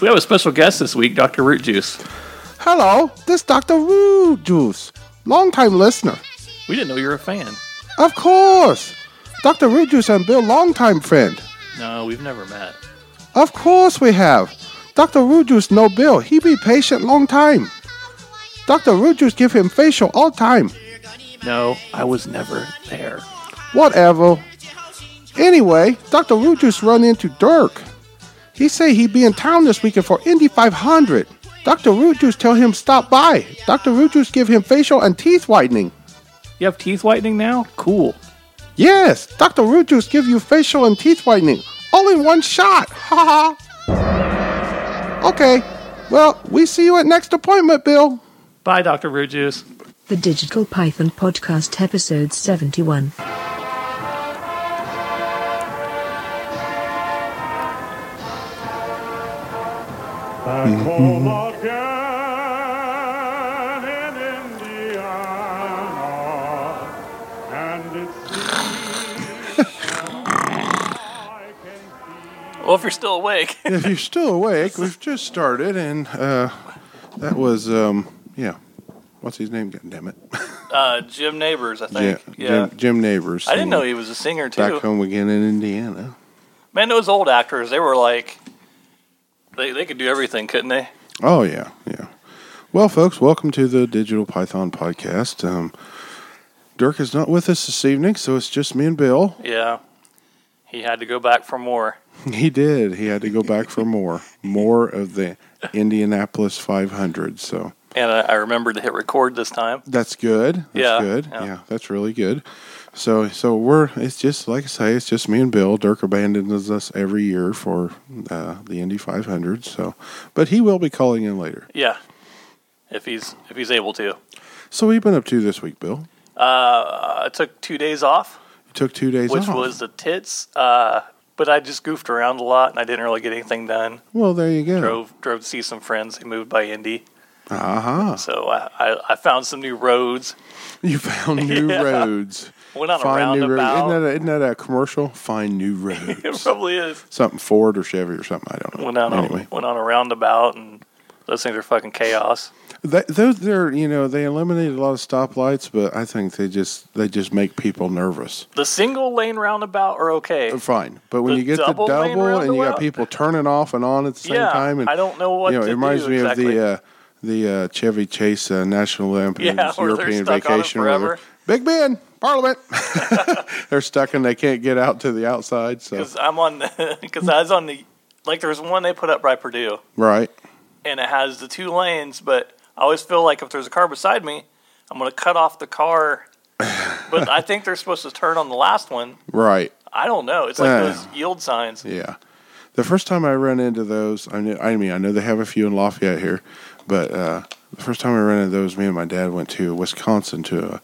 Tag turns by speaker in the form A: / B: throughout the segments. A: We have a special guest this week, Dr. Root Juice.
B: Hello, this is Dr. Root Juice, longtime listener.
A: We didn't know you were a fan.
B: Of course, Dr. Root Juice and Bill, longtime friend.
A: No, we've never met.
B: Of course we have. Dr. Root Juice know Bill. He be patient long time. Dr. Root Juice give him facial all time.
A: No, I was never there.
B: Whatever. Anyway, Dr. Root Juice run into Dirk. He say he be in town this weekend for Indy 500. Dr. Root Juice tell him stop by. Dr. Root Juice give him facial and teeth whitening.
A: You have teeth whitening now? Cool.
B: Yes, Dr. Root Juice give you facial and teeth whitening. All in one shot. Ha ha. Okay. Well, we see you at next appointment, Bill.
A: Bye, Dr. Root Juice.
C: The Digital Python Podcast, episode 71.
D: Back home again in Indiana, and it seems I can
A: Well, if you're still awake.
B: if you're still awake, we've just started, and uh, that was um, yeah. What's his name? God damn it,
A: Uh, Jim Neighbors, I
B: Jim,
A: think. yeah.
B: Jim, Jim Neighbors.
A: I didn't know
B: singing
A: he was a singer,
B: back
A: too.
B: home again in Indiana.
A: Man, those old actors, they were like, they, they could do everything, couldn't they?
B: Oh yeah, yeah. Well, folks, welcome to the Digital Python podcast. Um, Dirk is not with us this evening, so it's just me and Bill.
A: Yeah. He had to go back for more.
B: He did. He had to go back for more, more of the Indianapolis 500. So
A: And I, I remembered to hit record this time.
B: That's good. That's
A: Yeah,
B: good.
A: yeah.
B: Yeah. that's really good. So so we're it's just like I say, it's just me and Bill. Dirk abandons us every year for uh, the Indy 500. So, but he will be calling in later.
A: Yeah. If he's if he's able to.
B: So, what have you been up to this week, Bill?
A: I Uh, took two days off,
B: You took two days
A: which
B: off.
A: was the tits. Uh, but I just goofed around a lot, and I didn't really get anything done.
B: well, there you go.
A: Drove drove to see some friends who moved by Indy,
B: Aha!
A: so I, I, I found some new roads.
B: You found new roads.
A: Went on
B: Find
A: a
B: new roads. Isn't
A: roundabout.
B: that, a, isn't that a commercial? Find new roads.
A: it probably is.
B: something Ford or Chevy or something. I don't know.
A: Went on
B: anyway.
A: a, went on a roundabout, and those things are fucking chaos.
B: That, those they're you know they eliminated a lot of stoplights, but I think they just they just make people nervous.
A: The single lane roundabout are okay.
B: Fine, but when
A: The
B: you get the
A: double lane
B: double and you got
A: roundabout?
B: people turning off and on at the same
A: Yeah,
B: time, and
A: I don't know what
B: you know,
A: to
B: it reminds
A: do
B: me of
A: exactly.
B: the uh, the uh, Chevy Chase uh, National Olympics
A: Yeah, where they're
B: European
A: stuck on it
B: Vacation, where they're,
A: forever.
B: Big Ben Parliament. they're stuck and they can't get out to the outside. So
A: Because I'm on, because I was on the like there was one they put up by Purdue,
B: right,
A: and it has the two lanes, but I always feel like if there's a car beside me, I'm going to cut off the car. but I think they're supposed to turn on the last one.
B: right.
A: I don't know. It's like
B: Yeah.
A: those yield signs.
B: Uh, Yeah. The first time I ran into those, I, knew, I mean, I know they have a few in Lafayette here, but uh, the first time I ran into those, me and my dad went to Wisconsin to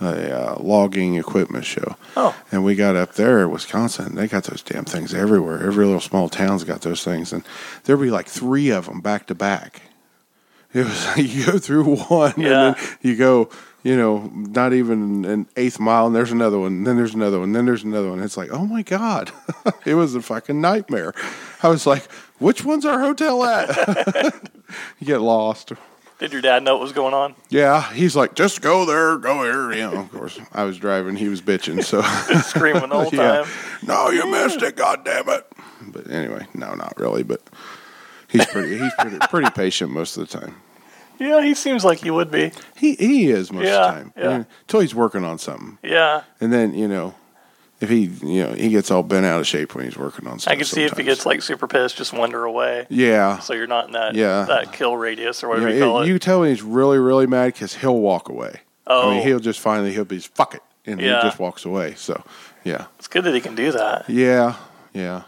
B: a, a uh, logging equipment show.
A: Oh.
B: And we got up there in Wisconsin. and They got those damn things everywhere. Every little small town's got those things. And there'd be like three of them back to back. It was like you go through one
A: Yeah.
B: and then you go, you know, not even an eighth mile, and there's another one, and then there's another one, and then there's another one. It's like, oh my God. it was a fucking nightmare. I was like, which one's our hotel at? you get lost.
A: Did your dad know what was going on?
B: Yeah. He's like, just go there, go here. You know, Oh, of course, I was driving, he was bitching. So,
A: Screaming the whole
B: yeah.
A: time.
B: No, you missed it. God damn it. But anyway, no, not really. But he's pretty, he's pretty, pretty patient most of the time.
A: Yeah, he seems like he would be.
B: He he is most
A: Yeah,
B: of the time.
A: yeah.
B: Until he's working on something.
A: Yeah.
B: And then, you know, if he you know, he gets all bent out of shape when he's working on
A: I
B: something.
A: can see if he gets like super pissed, just wander away.
B: Yeah.
A: So you're not in that,
B: Yeah.
A: that kill radius or
B: You,
A: whatever
B: know,
A: you call
B: it-
A: it.
B: you tell when he's really, really mad because he'll walk away. I
A: Oh.
B: mean, he'll just finally he'll be just, fuck it. And
A: Yeah.
B: he just walks away. So yeah.
A: it's good that he can do that.
B: Yeah, yeah.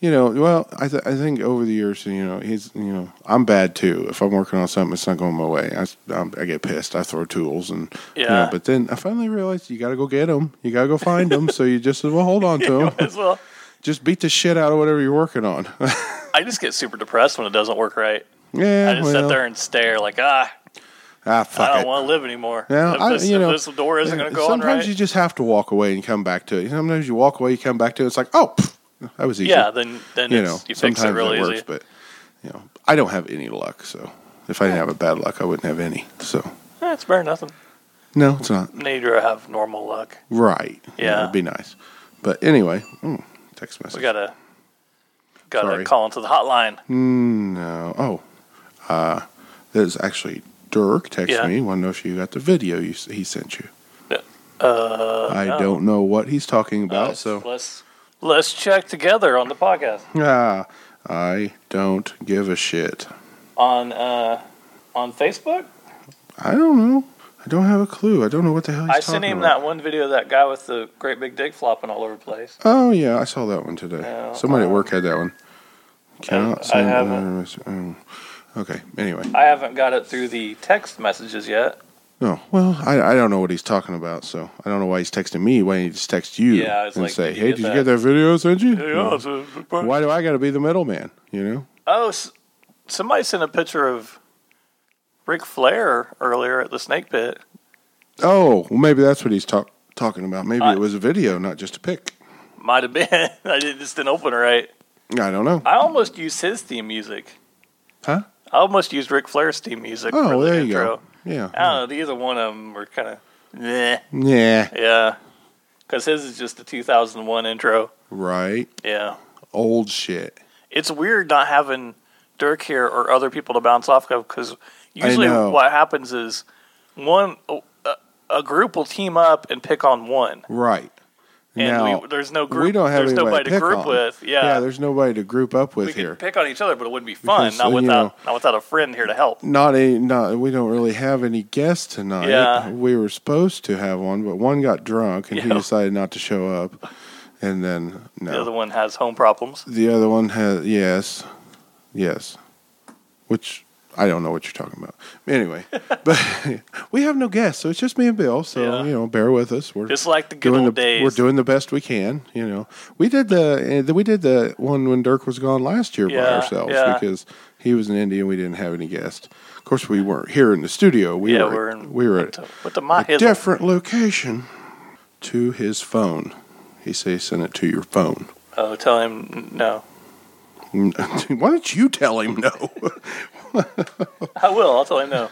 B: You know, well, I th- I think over the years, you know, he's you know, I'm bad too. If I'm working on something, it's not going my way. I s- I'm, I get pissed. I throw tools and you know,
A: Yeah.
B: but then I finally realized you got to go get them. You got to go find them. so you just well hold on to them.
A: As well,
B: just beat the shit out of whatever you're working on.
A: I just get super depressed when it doesn't work right.
B: yeah,
A: I just
B: well,
A: sit there and stare, like, ah,
B: ah, fuck
A: I
B: it.
A: don't want to live anymore.
B: Yeah,
A: if,
B: I-
A: this,
B: you
A: if
B: know,
A: this door isn't going to go on
B: Sometimes
A: right,
B: you just have to walk away and come back to it. Sometimes you walk away, you come back to it. It's like, oh, pff, that was easy.
A: yeah, then then
B: you
A: it's,
B: know,
A: you fix
B: sometimes
A: it real
B: it works,
A: easy.
B: but you know, I don't have any luck. So if I didn't have a bad luck, I wouldn't have any. So
A: That's better than eh, nothing.
B: no, it's not
A: Neither have normal luck.
B: right.
A: Yeah.
B: it'd be nice. But anyway, mm, text message.
A: We gotta gotta
B: Sorry.
A: call into the hotline.
B: No. Oh, uh, there's actually Dirk texted
A: Yeah.
B: me. Want to know if you got the video you, s- he sent you?
A: Yeah. Uh, Oh.
B: I don't know what he's talking about.
A: Let's-
B: so
A: let's let's check together on the podcast
B: ah, I don't give a shit.
A: on uh, on Facebook.
B: I don't know. I don't have a clue. I don't know what the hell he's
A: I
B: talking
A: sent him
B: about.
A: that one video of that guy with the great big dick flopping all over the place.
B: Oh yeah, I saw that one today.
A: Yeah,
B: Somebody
A: um,
B: at work had that one. Cannot
A: I
B: send
A: haven't.
B: other- oh, Okay. Anyway.
A: I haven't got it through the text messages yet.
B: No. Oh, Well, I, I don't know what he's talking about, so I don't know why he's texting me. Why didn't he just text you
A: Yeah, I was
B: and
A: like,
B: say,
A: did you
B: "Hey,
A: get
B: did you
A: that?"
B: get that video I sent you?" No.
A: Why-
B: Why do I got to be the middleman? You know?
A: Oh, s- somebody sent a picture of Ric Flair earlier at the Snake Pit.
B: Oh, well, maybe that's what he's talk- talking about. Maybe
A: I-
B: it was a video, not just a pic.
A: Might have been. I did, just didn't open it right.
B: I don't know.
A: I almost used his theme music.
B: Huh?
A: I almost used Ric Flair's theme music.
B: Oh,
A: for
B: well,
A: the
B: there you
A: intro.
B: go. Yeah.
A: I don't know. Either one of them were kind of, yeah,
B: Yeah.
A: yeah, because his is just the 2001 intro.
B: Right.
A: Yeah,
B: Old shit.
A: it's weird not having Dirk here or other people to bounce off of because usually
B: know.
A: what happens is one a, a group will team up and pick on one,
B: Right.
A: and
B: now
A: we, there's no group.
B: we don't have
A: there's
B: anybody
A: nobody
B: to
A: to
B: pick
A: group
B: on.
A: with. Yeah,
B: there's nobody to group up with
A: we
B: here.
A: could pick on each other, but it wouldn't be fun.
B: Because,
A: not
B: you
A: without
B: know-
A: not without a friend here to help.
B: not a not we don't really have any guests tonight.
A: Yeah.
B: We were supposed to have one, but one got drunk and he
A: Yeah.
B: decided not to show up. And then no.
A: The other one has home problems.
B: The other one has yes, yes, which I don't know what you're talking about. Anyway, but we have no guests, so it's just me and Bill. So
A: Yeah.
B: you know, bear with us. We're
A: Just like the good
B: doing
A: old
B: the
A: days.
B: we're doing the best we can. You know, we did the uh, we did the one when Dirk was gone last year by
A: Yeah,
B: ourselves
A: yeah.
B: because he was in India and we didn't have any guests. Of course, we weren't here in the studio. We
A: yeah,
B: were
A: we're in,
B: we were
A: what
B: at
A: the, what the
B: a
A: my hizzle.
B: different location to his phone. He says, "Send it to your phone."
A: Oh, tell him n- no.
B: Why don't you tell him no?
A: I will. I'll tell him no.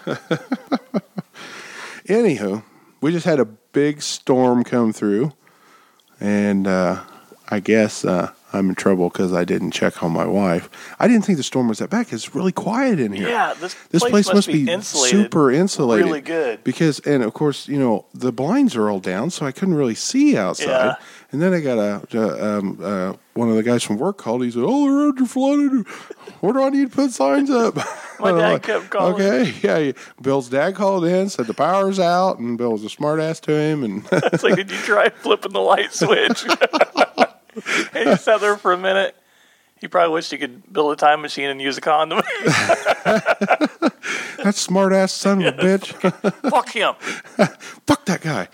B: Anywho, we just had a big storm come through, and uh, I guess uh, I'm in trouble because I didn't check on my wife. I didn't think the storm was that bad. 'cause It's really quiet in here.
A: yeah, this,
B: This place, must, be
A: insulated.
B: super insulated.
A: Really good.
B: Because, and of course, you know, the blinds are all down, so I couldn't really see outside.
A: Yeah.
B: And then I got a, uh, um, uh, one of the guys from work called. He said, Oh, the roads are flooded. Where do I need to put signs up?
A: My
B: And I'm
A: dad
B: like,
A: kept calling.
B: Okay. Yeah. yeah." Bill's dad called in, said the power's out, and Bill was a smartass to him. And
A: It's like, did you try flipping the light switch? and he sat there for a minute. He probably wished he could build a time machine and use a condom.
B: that smart ass son of a bitch.
A: Fuck him.
B: Fuck that guy.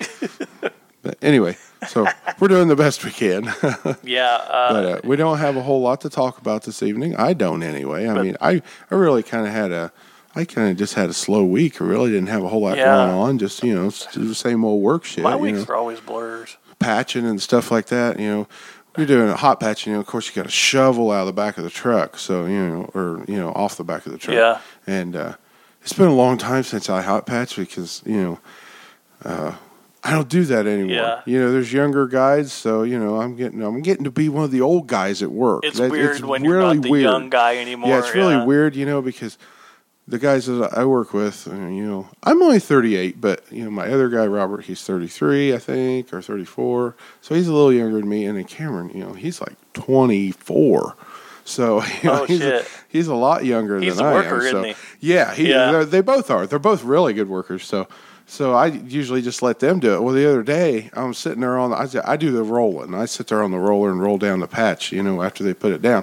B: but anyway, so we're doing the best we can.
A: Yeah. Uh,
B: but uh, we don't have a whole lot to talk about this evening. I don't anyway. I mean, I, I really kind of had a, I kind of just had a slow week. I really didn't have a whole lot
A: Yeah.
B: going on. Just you know, s- the same old work shit.
A: my
B: you
A: weeks
B: know,
A: are always blurs.
B: patching and stuff like that. You know, you're doing a hot patching. You know, of course, you got a shovel out of the back of the truck. So you know, or you know, off the back of the truck.
A: Yeah.
B: And uh, it's been a long time since I hot patched because you know. Uh, I don't do that anymore.
A: Yeah.
B: You know, there's younger guys, so you know, I'm getting I'm getting to be one of the old guys at work.
A: It's
B: That-
A: weird when you're not the young guy anymore.
B: yeah, it's really weird, you know, because the guys that I work with, uh, you know, I'm only 38, but you know, my other guy Robert, he's 33, I think, or 34, so he's a little younger than me. And then Cameron, you know, he's like 24, so you know,
A: Oh,
B: he's a,
A: shit.
B: he's a lot younger
A: He's
B: than
A: a
B: I
A: worker,
B: am.
A: isn't
B: so
A: he?
B: yeah, he,
A: Yeah.
B: they're- they both are. They're both really good workers. So. So I usually just let them do it. Well, the other day I'm sitting there on the, I, I do the rolling. I sit there on the roller and roll down the patch, you know, after they put it down.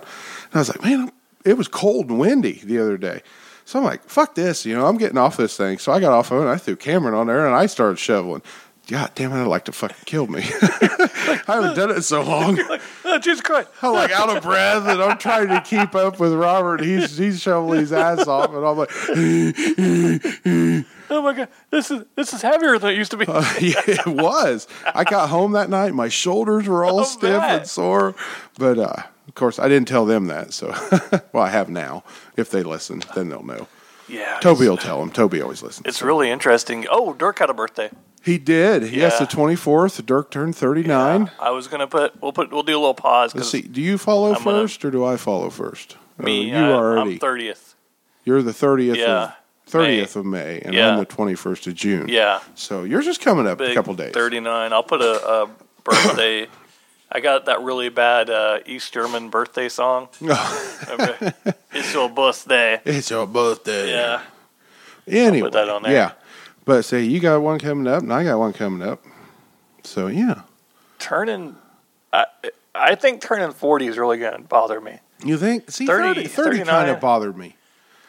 B: And I was like, man, I'm- it was cold and windy the other day. So I'm like, fuck this, you know, I'm getting off this thing. So I got off of it. And I threw Cameron on there and I started shoveling. God damn it, I'd like to fucking kill me. I haven't done it in so long.
A: Oh, Jesus Christ.
B: I'm like out of breath and I'm trying to keep up with Robert. He's he's shoveling his ass off and I'm like,
A: Oh my God. This is this is heavier than it used to be.
B: Oh, yeah, it was. I got home that night. My shoulders were all
A: I'll
B: stiff and
A: bet.
B: sore, but uh, Of course, I didn't tell them that. So, well, I have now. If they listen, then they'll know.
A: Yeah.
B: Toby
A: it's-
B: will tell them. Toby always listens.
A: It's really interesting. Oh, Dirk had a birthday.
B: he did. Yes,
A: Yeah.
B: the twenty fourth. Dirk turned thirty nine.
A: I was gonna put. We'll put. We'll do a little pause
B: Let's
A: because
B: see. Do you follow
A: I'm gonna-
B: first, or do I follow first? Or
A: me.
B: you
A: I,
B: are
A: I'm
B: already.
A: thirtieth.
B: You're the thirtieth.
A: Yeah,
B: of Thirtieth of May, and
A: Yeah.
B: I'm the twenty first of June.
A: Yeah.
B: So you're just coming up a
A: Big
B: couple days.
A: Thirty nine. I'll put a, a birthday. I got that really bad uh, East German birthday song. Remember? it's your birthday.
B: It's your birthday.
A: Yeah.
B: Anyway,
A: that on there.
B: yeah. But say you got one coming up, and I got one coming up. So yeah,
A: Turning. I I think turning forty is really gonna bother me.
B: you think see
A: 30,
B: 30, 30 kind
A: 39.
B: of bothered me.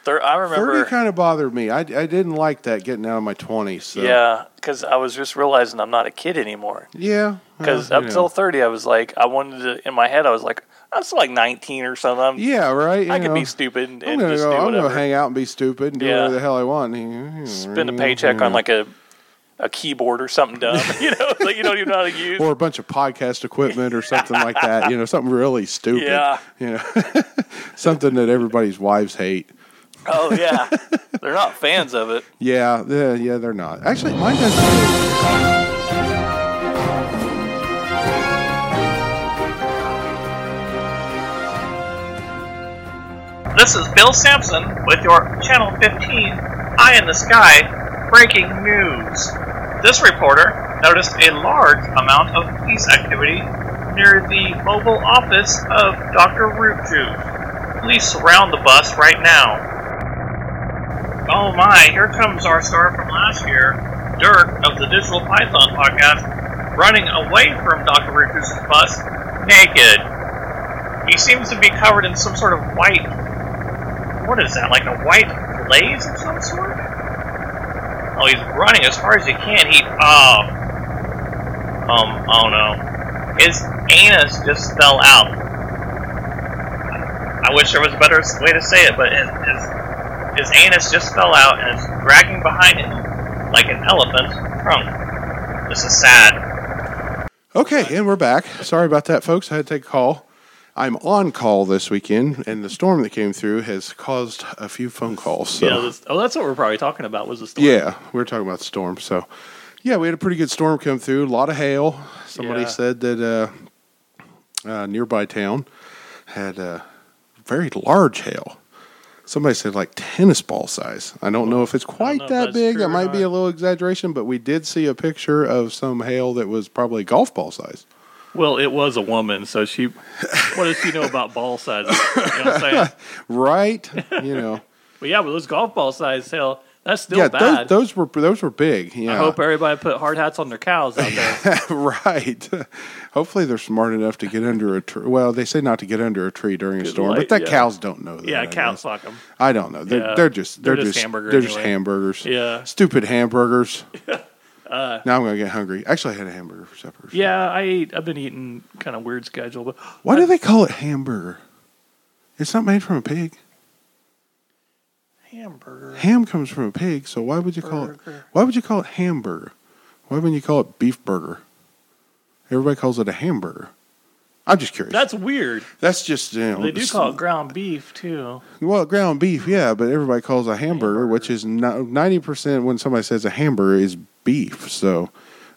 A: Thir- I remember.
B: Thirty kind of bothered me. I, I didn't like that getting out of my twenties. So.
A: Yeah, because I was just realizing I'm not a kid anymore.
B: yeah.
A: Because
B: uh,
A: up
B: you
A: till
B: know.
A: 30, I was like, I wanted to, in my head, I was like, I'm still like 19 or something. I'm,
B: yeah, right.
A: I
B: you
A: could be
B: know.
A: stupid and,
B: I'm
A: and
B: gonna
A: just
B: go.
A: do
B: I'm
A: whatever.
B: gonna hang out and be stupid and do
A: Yeah.
B: whatever the hell I want.
A: Spend a paycheck on like a a keyboard or something dumb. you know, it's like you don't even know how to use.
B: or a bunch of podcast equipment or something like that. You know, something really stupid.
A: Yeah.
B: You know, something that everybody's wives hate.
A: oh, yeah. They're not fans of it.
B: Yeah, yeah, yeah, they're not. Actually, mine doesn't. Really...
E: This is Bill Sampson with your Channel 15 Eye in the Sky breaking news. This reporter noticed a large amount of police activity near the mobile office of Dr. Rootju. Police surround the bus right now. Oh my, here comes our star from last year, Dirk of the Digital Python podcast, running away from Dr. Rootju's bus naked. He seems to be covered in some sort of white. What is that? Like a white glaze of some sort? Oh, he's running as hard as he can. He. Oh. Um. Oh no. His anus just fell out. I wish there was a better way to say it, but his, his, his anus just fell out and is dragging behind him like an elephant's trunk. This is sad.
B: Okay, and we're back. Sorry about that, folks. I had to take a call. I'm on call this weekend, and the storm that came through has caused a few phone calls. So.
A: oh, that's what we're probably talking about was the story.
B: Yeah, we were talking about storm. So, yeah, we had a pretty good storm come through. A lot of hail. Somebody
A: Yeah.
B: said that uh, uh, nearby town had uh, very large hail. Somebody said like tennis ball size. I don't know if it's quite
A: know if
B: that
A: that's
B: big.
A: true
B: That
A: or
B: might be
A: not.
B: a little exaggeration, but we did see a picture of some hail that was probably golf ball size.
A: Well, it was a woman, so she. What does she know about ball sizes? You know what I'm saying?
B: Right? You know.
A: But yeah, but those golf ball size hell, that's still
B: yeah,
A: bad.
B: those, those were those were big. Yeah.
A: I hope everybody put hard hats on their cows out there.
B: right. Hopefully, they're smart enough to get under a tree. Well, they say not to get under a tree during a storm,
A: light,
B: but that
A: yeah.
B: cows don't know that.
A: yeah,
B: I
A: cows
B: guess.
A: fuck them.
B: I don't know. They're,
A: Yeah.
B: they're just
A: They're
B: they're,
A: just
B: just,
A: hamburger
B: they're just
A: anyway.
B: hamburgers.
A: Yeah. Uh.
B: stupid hamburgers. now I'm gonna get hungry. Actually, I had a hamburger for supper.
A: Yeah, I eat. I've been eating kind of weird schedule, but
B: Why do they call it hamburger? It's not made from a pig.
A: hamburger.
B: Ham comes from a pig, so why would you call it? Why would you call it hamburger? Why wouldn't you call it beef burger? Everybody calls it a hamburger. I'm just curious.
A: That's weird.
B: That's just you know,
A: They do
B: s-
A: call it ground beef too.
B: Well, ground beef, yeah, but everybody calls a hamburger, which is ninety percent when somebody says a hamburger is beef. So,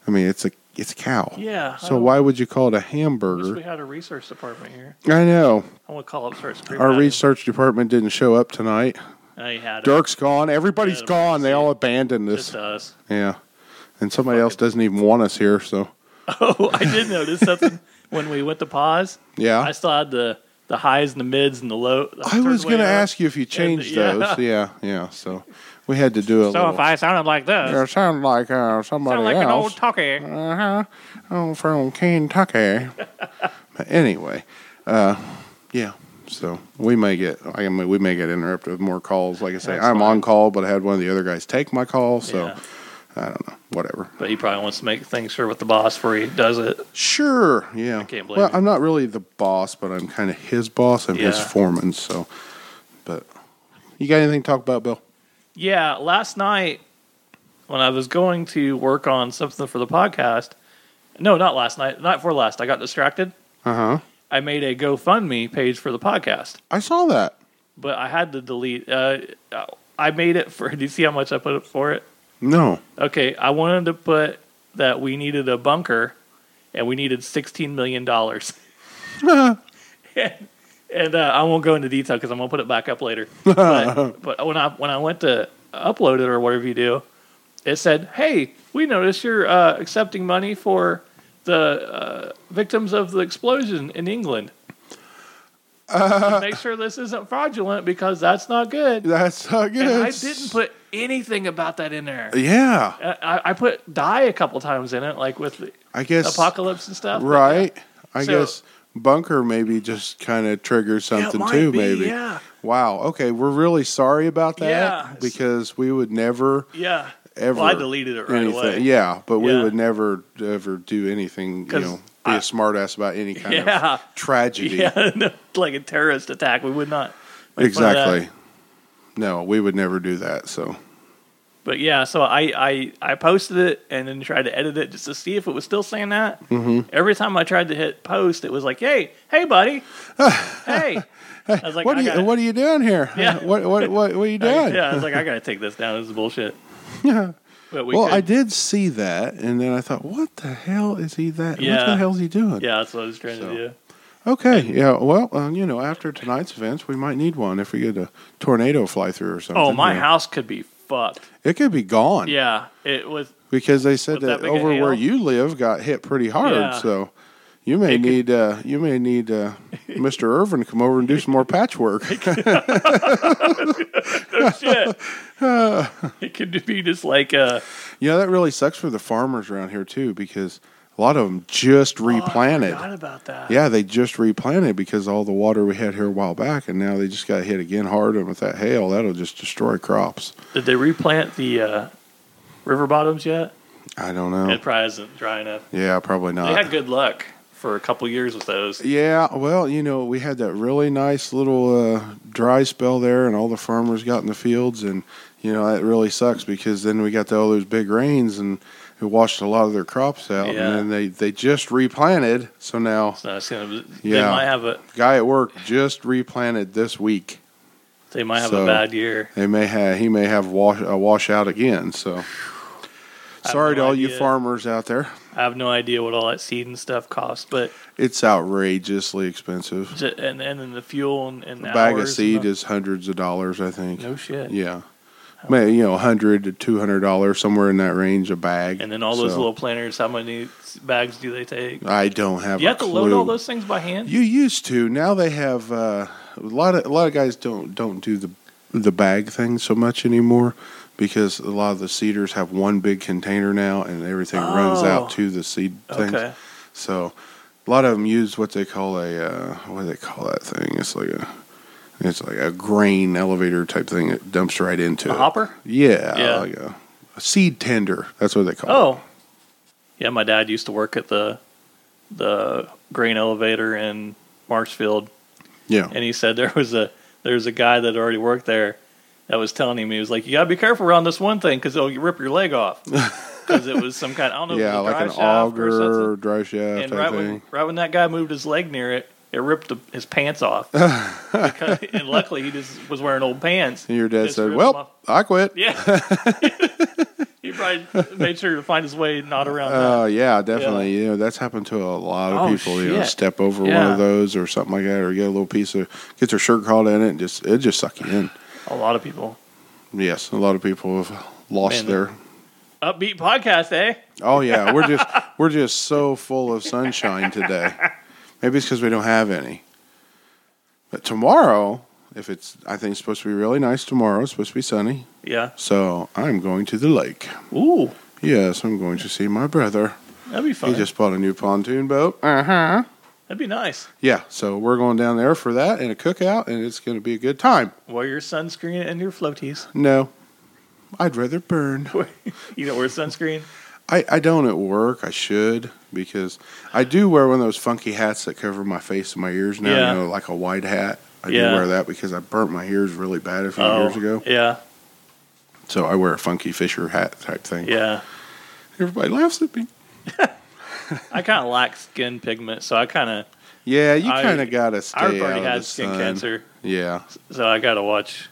B: I mean, it's a it's cow.
A: Yeah, I
B: So
A: don't-
B: why would you call it a
A: Wish we
B: hamburger?
A: had a research department here.
B: I know
A: I want to call up, start screaming.
B: our
A: at
B: research department didn't show up tonight.
A: him. I had it.
B: Dirk's gone. Everybody's
A: Yeah,
B: gone. They all abandoned
A: Just
B: this.
A: us.
B: Yeah, and somebody else doesn't even want us here. So,
A: Oh, I did notice something when we went to pause.
B: yeah.
A: I still had the the highs and the mids and the low. the
B: I was
A: third way
B: going to
A: up.
B: ask you if you changed
A: yeah.
B: those. Yeah, yeah. So we had to do a
A: So
B: little.
A: if I sounded like this,
B: it sounded like uh, somebody
A: sound like
B: else.
A: an old talkie.
B: Uh-huh. I'm from Kentucky. but anyway, uh, yeah. So we may get, I mean, we may get interrupted with more calls. Like I say,
A: That's
B: I'm
A: fine.
B: on call, but I had one of the other guys take my call. So
A: Yeah.
B: I don't know, whatever.
A: But he probably wants to make things sure with the boss before he does it.
B: Sure. Yeah. I
A: can't blame
B: well,
A: you.
B: I'm not really the boss, but I'm kind of his boss. I'm his
A: Yeah.
B: foreman. So, but you got anything to talk about, Bill?
A: Yeah, last night when I was going to work on something for the podcast, no, not last night, night before last, I got distracted
B: Uh huh.
A: I made a GoFundMe page for the podcast,
B: I saw that.
A: but I had to delete. Uh, I made it for. Do you see how much I put up for it?
B: No.
A: Okay, I wanted to put that we needed a bunker, and we needed sixteen million dollars.
B: Uh-huh.
A: and uh, I won't go into detail because I'm gonna put it back up later. But, but when I when I went to upload it or whatever you do, it said, "Hey, we noticed you're uh, accepting money for the uh, victims of the explosion in England." Make sure this isn't fraudulent because that's not good.
B: That's not good.
A: And I didn't put anything about that in there.
B: Yeah.
A: Uh, I, I put die a couple times in it, like with the
B: I guess.
A: apocalypse and stuff.
B: Right. I
A: So-
B: guess bunker maybe just kind of triggers
A: it
B: something
A: might
B: too.
A: be,
B: maybe.
A: yeah.
B: Wow. Okay. We're really sorry about that
A: Yeah.
B: because we would never
A: Yeah.
B: ever.
A: well, I deleted it right
B: anything.
A: away.
B: Yeah, but we
A: Yeah.
B: would never ever do anything. You
A: 'Cause
B: know, be a
A: I-
B: a smartass about any kind
A: Yeah.
B: of tragedy.
A: Yeah, no, like uh, a terrorist attack. We would not. make fun of that.
B: exactly. No, we would never do that. So
A: But yeah, so I, I I posted it and then tried to edit it just to see if it was still saying that. Mm-hmm. Every time I tried to hit post, it was like, "Hey, hey, buddy, hey." I was like,
B: what
A: I
B: are you
A: gotta-
B: what are you doing here?
A: Yeah.
B: What what what, what are you doing?
A: Yeah, I was like, I gotta take this down. This is bullshit.
B: Yeah.
A: But we
B: Well,
A: could,
B: I did see that, and then I thought, what the hell is he that? What
A: Yeah.
B: the hell is he doing?
A: Yeah, that's what I was trying
B: So.
A: to do.
B: Okay. Yeah. Well, uh, you know, after tonight's events, we might need one if we get a tornado fly through or something.
A: Oh, my
B: you know.
A: house could be fucked.
B: It could be gone.
A: Yeah, it was.
B: because they said
A: With
B: that,
A: that big a
B: over
A: hail?
B: where you live got hit pretty hard.
A: Yeah.
B: So you may
A: It could-
B: need uh, you may need uh, Mr. Irvin to come over and do some more patchwork.
A: oh, shit. it could be just like uh,
B: yeah, that really sucks for the farmers around here too because a lot of them just replanted.
A: Oh, forgot about that.
B: yeah, they just replanted because all the water we had here a while back, and now they just got hit again hard. And with that hail, that'll just destroy crops.
A: Did they replant the uh, river bottoms yet?
B: I don't know.
A: It probably isn't dry enough.
B: yeah, probably
A: They
B: not.
A: had good luck for a couple years with those.
B: Yeah, well, you know, we had that really nice little uh, dry spell there, and all the farmers got in the fields, and you know that really sucks because then we got the, all those big rains and it washed a lot of their crops out,
A: Yeah.
B: and then they they just replanted. So now,
A: So it's gonna, they
B: Yeah.
A: might have a
B: guy at work just replanted this week.
A: they might have
B: So-
A: a bad year.
B: They may have he may have wash a washout again. So sorry to
A: no
B: all you
A: idea.
B: farmers out there.
A: I have no idea what all that seed and stuff costs, but
B: It's outrageously expensive.
A: j- and and then the fuel and, and
B: A bag of
A: hours
B: seed
A: and the-
B: is hundreds of dollars, I think.
A: no shit.
B: Yeah. Maybe, you know, 100 to 200 dollars somewhere in that range a bag.
A: And then all those
B: So,
A: little planters, how many s- bags do they take?
B: I don't have
A: Do you
B: a
A: have to
B: clue.
A: load all those things by hand?
B: You used to. Now they have uh, a lot of a lot of guys don't don't do the the bag thing so much anymore because a lot of the seeders have one big container now and everything runs
A: Oh.
B: out to the seed things.
A: okay.
B: So a lot of them use what they call a uh, what do they call that thing? It's like a it's like a grain elevator type thing. It dumps right into
A: A
B: it.
A: hopper?
B: Yeah,
A: Yeah.
B: like a, a seed tender. That's what they call it.
A: Oh, yeah. My dad used to work at the the grain elevator in Marshfield,
B: yeah.
A: and he said there was a there was a guy that already worked there that was telling him he was like, "You gotta be careful around this one thing because it'll rip your leg off." Because it was some kind, Oh, I don't know,
B: yeah,
A: yeah,
B: like an
A: dry shaft or
B: auger,
A: something.
B: or dry shaft
A: And
B: type
A: right
B: thing.
A: when right when that guy moved his leg near it, it ripped the, his pants off. Because- and luckily, he just was wearing old pants.
B: and your dad
A: Just
B: said,
A: ripped them off.
B: "Well, I quit."
A: Yeah. he probably made sure to find his way not around
B: Uh, yeah, definitely. You know, that's happened to a lot of
A: Oh,
B: people. You know,
A: shit.
B: step over one
A: Yeah.
B: of those or something like that, or get a little piece of, get their shirt caught in it, and just it just suck you in.
A: that. A lot of people.
B: Yes, a lot of people have lost
A: Man,
B: their.
A: Upbeat podcast, eh?
B: Oh yeah, we're just we're just so full of sunshine today. Maybe it's because we don't have any. But tomorrow, if it's, I think it's supposed to be really nice tomorrow. It's supposed to be sunny.
A: Yeah.
B: So I'm going to the lake.
A: Ooh,
B: Yes, I'm going to see my brother.
A: that'd be fun.
B: He just bought a new pontoon boat. Uh huh.
A: that'd be nice.
B: Yeah, so we're going down there for that and a cookout, and it's going to be a good time.
A: Wear your sunscreen and your floaties.
B: No, I'd rather burn.
A: you don't wear sunscreen?
B: I, I don't at work. I should because I do wear one of those funky hats that cover my face and my ears now.
A: Yeah.
B: You know, like a wide hat. I
A: Yeah.
B: do wear that because I burnt my ears really bad a few years ago.
A: Oh, Yeah,
B: So I wear a funky Fisher hat type thing.
A: yeah.
B: Everybody laughs at me.
A: I kind of lack skin pigment, so I kind of
B: Yeah, you
A: I-
B: kind of got to stay
A: I've already
B: out of
A: had
B: the
A: skin
B: sun.
A: cancer.
B: Yeah,
A: so I gotta watch.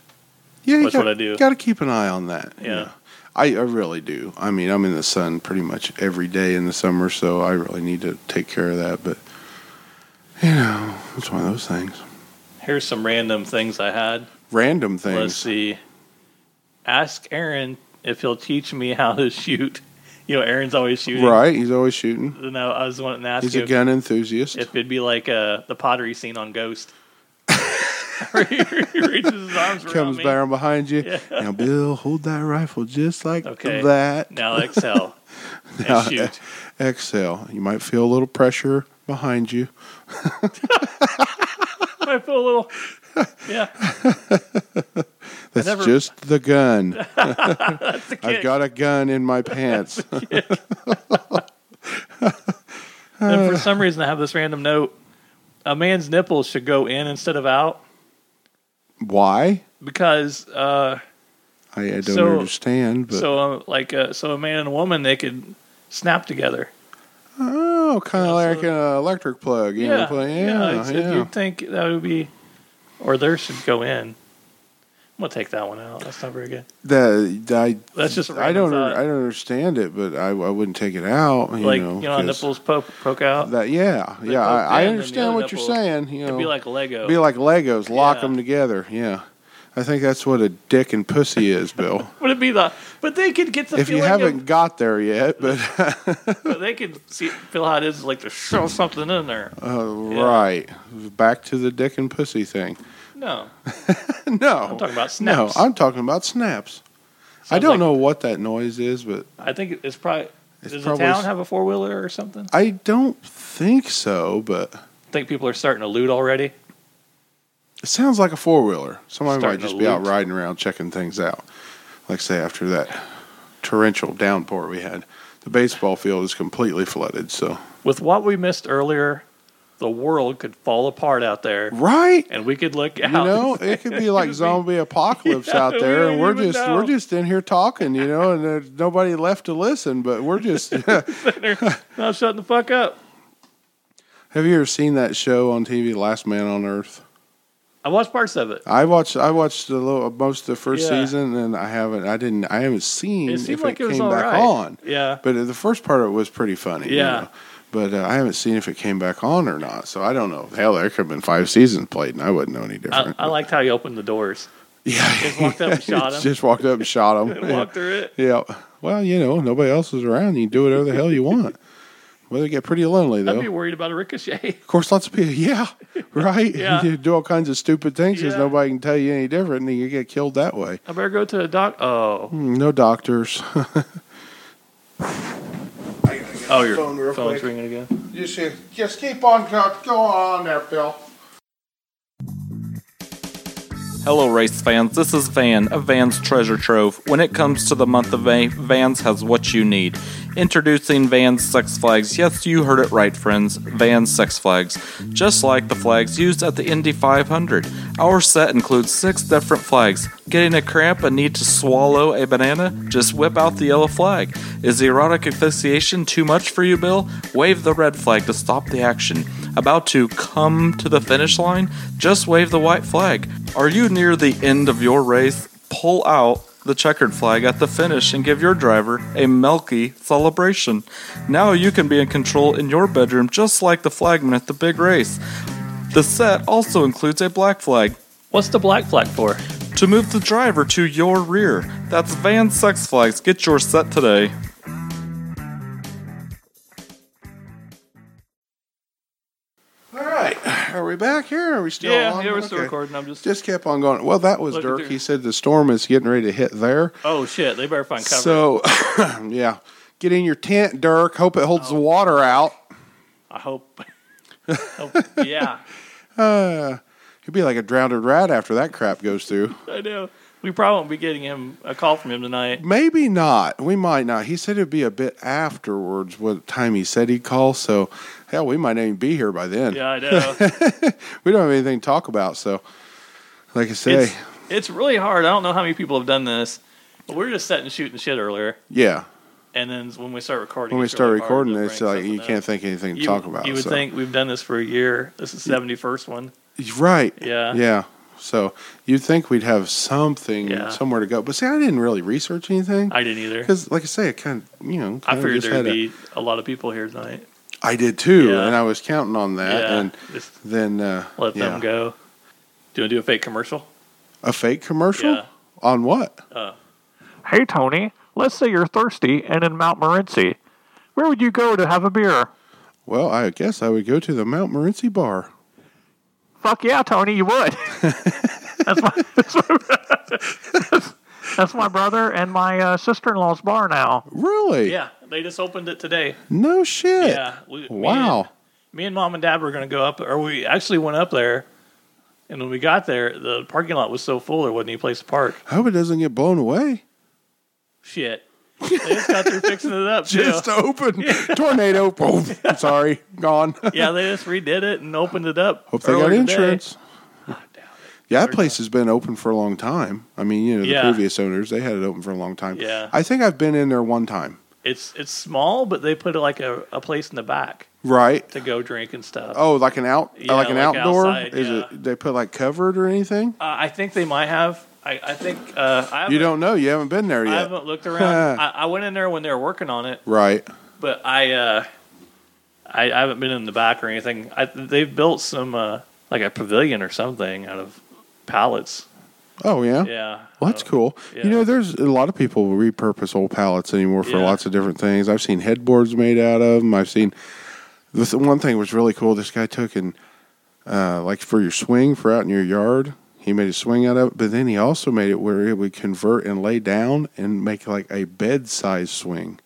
B: yeah. You
A: That's
B: got,
A: what I do.
B: Got to keep an eye on that.
A: Yeah.
B: I, I really do. I mean, I'm in the sun pretty much every day in the summer, so I really need to take care of that. But you know, it's one of those things.
A: Here's some random things I had.
B: Random
A: Let's
B: things.
A: see. Ask Aaron if he'll teach me how to shoot. You know, Aaron's always shooting.
B: Right? He's always shooting.
A: And I I was wanting to ask
B: He's
A: you
B: a
A: if-
B: gun enthusiast.
A: if it'd be like uh, the pottery scene on Ghost. Where he reaches his arms around
B: Comes
A: me.
B: down behind you. Now, Bill, hold that rifle just like
A: Okay.
B: that.
A: Now exhale
B: Now, e-
A: and shoot.
B: Exhale. You might feel a little pressure behind you.
A: I feel a little. Yeah,
B: That's
A: never-
B: just the gun.
A: the kick.
B: I've got a gun in my pants.
A: and for some reason, I have this random note: a man's nipples should go in instead of out
B: Why?
A: because uh,
B: I, I don't
A: So-
B: understand. But
A: so uh, like uh, so a man and a woman they could snap together.
B: oh, kind of like an electric plug. You know,
A: Yeah,
B: play- yeah,
A: it's-
B: yeah.
A: You'd think that would be, or there should go in. I'm gonna take that one out. That's not very good.
B: That I
A: That's just a
B: I don't
A: random
B: un-
A: thought.
B: I don't understand it, but I, I wouldn't take it out. You
A: like
B: know, because
A: nipples poke poke out.
B: That yeah
A: They
B: yeah
A: poke
B: I, I
A: in and the
B: understand
A: other
B: what you're
A: nipple-
B: saying. You know,
A: It'd be like Lego.
B: be like Legos, lock
A: Yeah.
B: them together. Yeah, I think that's what a dick and pussy is, Bill.
A: Would it be the? But they could get the
B: if you
A: feeling.
B: haven't got there yet, but uh,
A: of, they could see, feel how it is like to shove something in there.
B: Uh,
A: Yeah.
B: Right. Back to the dick and pussy thing.
A: No,
B: No.
A: I'm talking about snaps.
B: No, I'm talking about snaps. I
A: Sounds
B: don't
A: like-
B: know what that noise is, but
A: I think it's probably.
B: It's
A: does
B: probably
A: the town
B: s-
A: have a four wheeler or something?
B: I don't think so, but
A: think people are starting to loot already.
B: it sounds like a four wheeler. Somebody
A: Starting
B: might just
A: to
B: be out
A: loot.
B: riding around checking things out. Like say after that torrential downpour we had. The baseball field is completely flooded, so
A: With what we missed earlier, the world could fall apart out there,
B: Right.
A: and we could look out.
B: You know, it could be like zombie apocalypse out
A: we
B: there,
A: don't
B: and we're
A: even
B: just
A: know.
B: we're just in here talking, you know, and there's nobody left to listen, but we're just
A: Not shutting the fuck up.
B: Have you ever seen that show on TV, Last Man on Earth?
A: I watched parts of it.
B: I watched I watched the little, most of the first
A: Yeah.
B: season, and I haven't I didn't I haven't seen
A: It seemed
B: if
A: like
B: it,
A: it was
B: came
A: all
B: back
A: right.
B: on.
A: Yeah,
B: But the first part of it was pretty funny. you
A: Yeah.
B: know. But uh, I haven't seen if it came back on or not, so I don't know. Hell, there could have been five seasons played, and I wouldn't know any
A: I,
B: different.
A: I liked how he opened the doors.
B: yeah,
A: Just walked up and shot him.
B: just walked up and shot him.
A: and walked through it.
B: Yeah. Well, you know, nobody else is around. You can do whatever the hell you want. Well, they get pretty lonely though.
A: I'd be worried about a ricochet.
B: Of course, lots of people. Yeah, right.
A: Yeah.
B: You do all kinds of stupid things because
A: Yeah.
B: nobody can tell you any different, and then you get killed that way. Hmm,
A: I better go to the doc. Oh,
B: No doctors.
A: oh, your
B: Phone real
A: phone's
B: quick.
A: ringing again.
B: you should just keep on go on there, Bill.
F: Hello, race fans. This is Van of Van's Treasure Trove. When it comes to the month of May, Vans has what you need. Introducing Vans Sex Flags. Yes, you heard it right, friends. Vans Sex Flags. Just like the flags used at the Indy 500. Our set includes six different flags. Getting a cramp and need to swallow a banana? Just whip out the yellow flag. Is erotic asphyxiation too much for you, Bill? Wave the red flag to stop the action. About to come to the finish line? Just wave the white flag. Are you near the end of your race? Pull out the checkered flag at the finish and give your driver a milky celebration. Now you can be in control in your bedroom just like the flagman at the big race. The set also includes a black flag
A: What's the black flag for?
F: to move the driver to your rear. That's Van Sex Flags. Get your set today.
B: All right, are we back here? Are we still?
A: Yeah,
B: on?
A: yeah, we're still
B: Okay.
A: recording. I'm just,
B: Just kept on going. Well, that was
A: Look at
B: Dirk.
A: there.
B: He said the storm is getting ready to hit there.
A: oh shit, they better find cover.
B: So, yeah, get in your tent, Dirk. Hope it holds
A: Oh.
B: the water out.
A: I hope. hope- Oh, yeah,
B: He'd Uh, be like a drowned rat after that crap goes through.
A: I know. We probably won't be getting him a call from him tonight.
B: Maybe not. We might not. He said it'd be a bit afterwards what time he said he'd call. So, hell, we might not even be here by then.
A: Yeah, I know.
B: We don't have anything to talk about. So, like I say,
A: it's, it's really hard. I don't know how many people have done this, but we were just sitting shooting shit earlier,
B: yeah.
A: and then when we start recording,
B: When we
A: it's
B: start
A: really hard to
B: recording,
A: bring
B: it's like
A: something
B: you
A: up.
B: can't think of anything to
A: You-
B: talk about.
A: You would
B: so.
A: think we've done this for a year. This is seventy first one.
B: right?
A: Yeah.
B: yeah. So you'd think we'd have something
A: Yeah.
B: somewhere to go, but see, I didn't really research anything
A: I didn't either.
B: because, like I say, I kind of you know,
A: I
B: kinda
A: figured
B: just
A: there'd
B: had a-
A: be a lot of people here tonight.
B: I did too,
A: Yeah.
B: and I was counting on that,
A: yeah,
B: and
A: just
B: then uh,
A: let
B: yeah.
A: them go. Do you want to do a fake commercial? Uh,
B: A fake commercial
A: Yeah.
B: on what?
A: Hey Tony, let's say you're thirsty and in Mount Morency. Where would you go to have a beer?
B: Well, I guess I would go to the Mount Morency bar.
A: Fuck yeah, Tony, you would. that's my that's my, that's my brother and my uh, sister in law's bar now.
B: Really?
A: Yeah, they just opened it today.
B: No shit.
A: Yeah, we- me and-
B: Wow.
A: me and mom and dad were going to go up, or we actually went up there. And when we got there, the parking lot was so full there wasn't any place to park.
B: Hope it doesn't get blown away.
A: Shit, they just got through fixing it up too.
B: Just open tornado. Boom. Sorry, gone.
A: yeah, they just redid it and opened it up.
B: Hope they
A: earlier
B: got
A: today. Ah,
B: insurance. Yeah, that place has been open for a long time. I mean, you know, the
A: Yeah.
B: previous owners they had it open for a long time.
A: Yeah.
B: I think I've been in there one time.
A: It's it's small, but they put like a, a place in the back
B: Right.
A: to go drink and stuff. Uh,
B: Oh, like an out,
A: Yeah,
B: like an
A: like
B: outdoor.
A: outside,
B: Is
A: yeah.
B: it? They put like covered or anything?
A: Uh, I think they might have. I, I think uh, I haven't,
B: You don't know. You haven't been there
A: I
B: yet,
A: haven't looked around. I, I went in there when they were working on it,
B: right?
A: but I uh, I, I haven't been in the back or anything. I, they've built some uh, like a pavilion or something out of pallets.
B: Oh yeah.
A: Yeah. Um,
B: Well, that's cool.
A: yeah.
B: You know, there's a lot of people who repurpose old pallets anymore for
A: Yeah.
B: lots of different things. I've seen headboards made out of them. I've seen this one thing was really cool. This guy took and uh, like for your swing for out in your yard, he made a swing out of it. But then he also made it where it would convert and lay down and make like a bed size swing.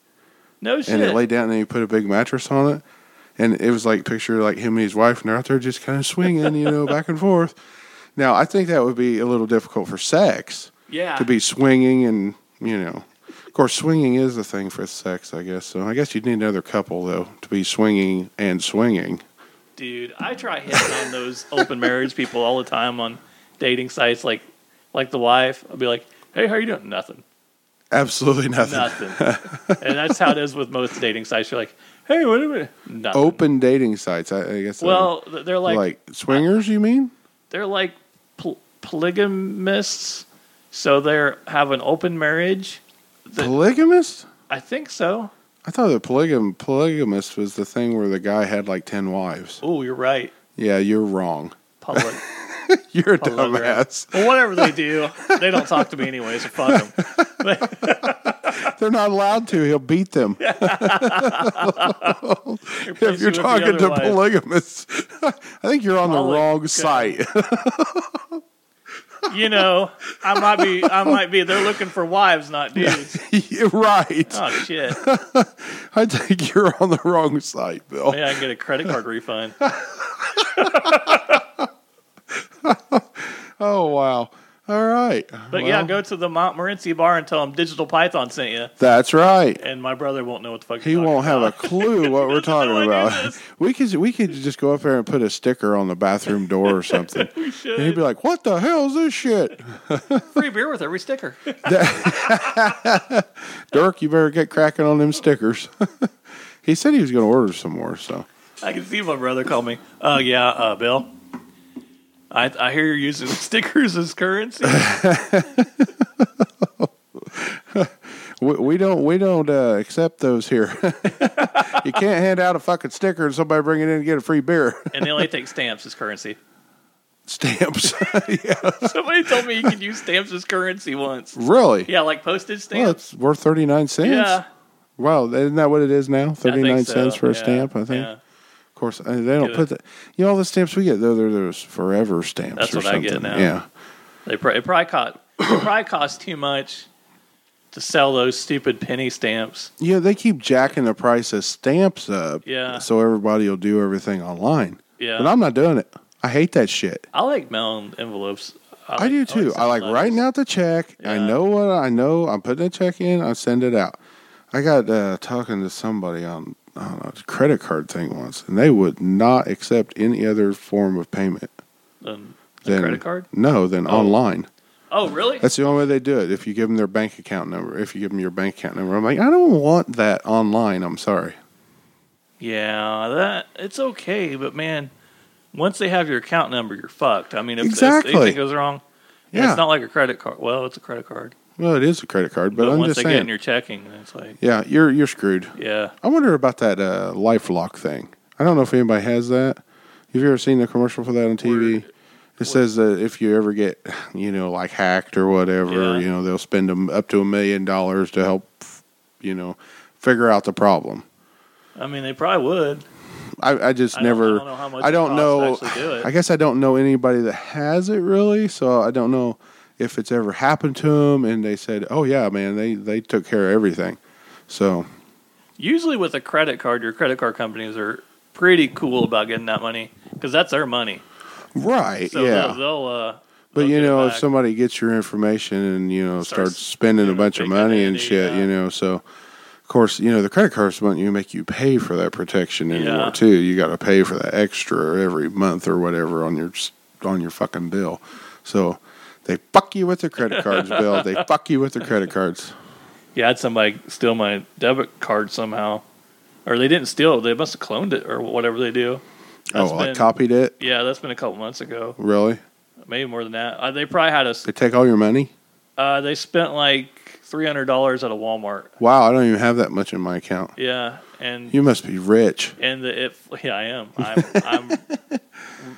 A: No Oh, shit.
B: And it lay down and he put a big mattress on it. And it was like picture like him and his wife, and they're out there just kind of swinging, you know, back and forth. Now I think that would be a little difficult for sex
A: yeah.
B: to be swinging and you know of course swinging is the thing for sex i guess so i guess you'd need another couple though to be swinging and swinging
A: Dude, I try hitting on those open marriage people all the time on dating sites. Like, like the wife, I'll be like, "Hey, how you doing?" Nothing,
B: absolutely nothing
A: nothing. and that's how it is with most dating sites. You're like, "Hey, what a minute," nothing.
B: open dating sites i, I guess
A: Well, th- they're
B: they're
A: like,
B: Oh, like, swingers you mean
A: they're like pol- polygamists, so they are have an open marriage. the-
B: polygamist
A: I think so.
B: i thought the polygam polygamist was the thing where the guy had like 10 wives
A: Oh, you're right.
B: yeah you're wrong
A: Public.
B: you're a
A: Polygram.
B: dumbass
A: well, whatever they do, they don't talk to me anyway. So fuck them.
B: they're not allowed to he'll beat them if you're talking to polygamists i think you're on the
A: Polyg-
B: wrong site
A: you know, I might be, I might be. They're looking for wives, not dudes.
B: You're right
A: Oh shit!
B: I think you're on the wrong site, Bill.
A: Yeah, I can get a credit card refund.
B: Oh wow! All right,
A: But yeah, go to the Mount Morency bar and tell them Digital Python sent you,
B: that's right.
A: and my brother won't know what the fuck.
B: He
A: you're talking Oh
B: won't have a clue what we're talking
A: idea
B: about.
A: this.
B: We could we could just go up there and put a sticker on the bathroom door or something. And he'd be like, "What the hell's this shit,
A: about. Free beer with every sticker.
B: Dirk? You better get cracking on them stickers." he said he was going to order some more. So
A: I can see my brother call me. Oh yeah, uh, Bill. I I hear you're using stickers as currency.
B: we, we don't we don't uh, accept those here. you can't hand out a fucking sticker and somebody bring it in and get a free beer.
A: and they only take stamps as currency.
B: Stamps,
A: Somebody told me you could use stamps as currency once.
B: really?
A: Yeah, like postage
B: Well,
A: stamps.
B: it's worth thirty nine cents.
A: yeah,
B: Wow, isn't that what it is now?
A: I
B: Thirty
A: think
B: nine
A: so.
B: cents for a
A: Yeah,
B: stamp, I think.
A: yeah.
B: Of course, I- they don't
A: Get
B: put
A: it.
B: that. You know, all the stamps we get though, they're those forever stamps.
A: That's
B: or
A: what I
B: something.
A: get now.
B: Yeah,
A: They pro- it probably cost it probably cost too much to sell those stupid penny stamps.
B: yeah. They keep jacking the price of stamps up.
A: Yeah.
B: so everybody will do everything online.
A: Yeah.
B: but I'm not doing it. I hate that shit.
A: I like mail envelopes.
B: I do too. I like
A: send
B: writing
A: letters.
B: out the check. I
A: Yeah.
B: know what I know. I'm putting a check in. I send it out. I got uh, talking to somebody on I don't know, a credit card thing once, and they would not accept any other form of payment.
A: Um, a
B: Then-
A: credit card.
B: No, than online.
A: Oh, really?
B: That's the only way they do it. If you give them their bank account number, if you give them your bank account number, I'm like, I don't want that online. I'm sorry.
A: yeah, that it's okay, but man, once they have your account number, you're fucked. I mean, if,
B: Exactly.
A: if anything goes wrong, and
B: Yeah.
A: it's not like a credit card. Well, it's a credit card,
B: Well, it is a credit card, but,
A: but,
B: I'm
A: once
B: just
A: they get in
B: saying.
A: your checking, it's like,
B: yeah, you're you're screwed.
A: yeah,
B: I wonder about that uh, LifeLock thing. I don't know if anybody has that. Have you ever seen the commercial for that on TV? It says that if you ever get, you know, like hacked or whatever,
A: Yeah.
B: you know, they'll spend them up to a million dollars to help, you know, figure out the problem.
A: I mean, they probably would.
B: I, I just
A: I don't-
B: never.
A: I don't know how much
B: I
A: it
B: don't know.
A: costs to actually do it.
B: I guess I don't know anybody that has it really, so I don't know if it's ever happened to them. And they said, "Oh yeah, man, they they took care of everything." So
A: Usually, with a credit card, your credit card companies are pretty cool about getting that money because that's their money.
B: right,
A: So
B: yeah.
A: they'll, they'll uh,
B: but
A: they'll
B: you
A: get it
B: know, if
A: back.
B: somebody gets your information and you know
A: Starts
B: starts spending a
A: doing a
B: bunch of
A: big
B: money and
A: identity,
B: shit,
A: yeah.
B: you know, so of course, you know the credit cards want you make you pay for that protection anymore
A: Yeah.
B: too. You got to pay for that extra every month or whatever on your on your fucking bill. So. They fuck you with their credit cards, Bill. They fuck you with their credit cards.
A: Yeah, I had somebody steal my debit card somehow. Or they didn't steal it. They must have cloned it or whatever they do. That's
B: oh, I
A: been-
B: copied it.
A: Yeah, that's been a couple months ago.
B: Really?
A: Maybe more than that. Uh, they probably had us.
B: They take all your money?
A: Uh, they spent like $300 at a Walmart.
B: Wow, I don't even have that much in my account.
A: Yeah. And
B: You must be rich.
A: and the, it, yeah, I am. I'm, I'm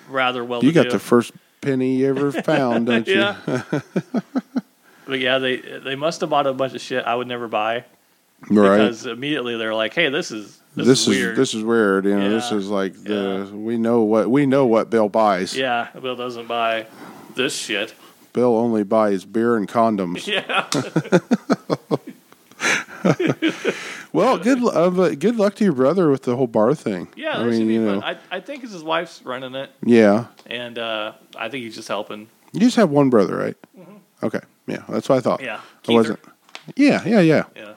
A: rather well
B: You got the first penny you ever found, don't you?
A: Yeah. but yeah, they they must have bought a bunch of shit I would never buy
B: Right.
A: because immediately they're like, "Hey, this is this,
B: This,
A: is
B: is,
A: weird."
B: this is weird. You know, this
A: Yeah.
B: is like the we know what we know what Bill buys.
A: yeah, Bill doesn't buy this shit.
B: Bill only buys beer and condoms.
A: Yeah.
B: Well, good lu- uh, but good luck to your brother with the whole bar thing.
A: Yeah,
B: I
A: that should
B: mean,
A: be
B: you know,
A: fun. I, I think it's his wife's running it,
B: yeah.
A: and uh, I think he's just helping.
B: You just have one brother, right? Okay, yeah, that's what I thought.
A: Mm-hmm. Yeah,
B: I
A: Keither.
B: wasn't. Yeah, yeah, yeah.
A: Yeah,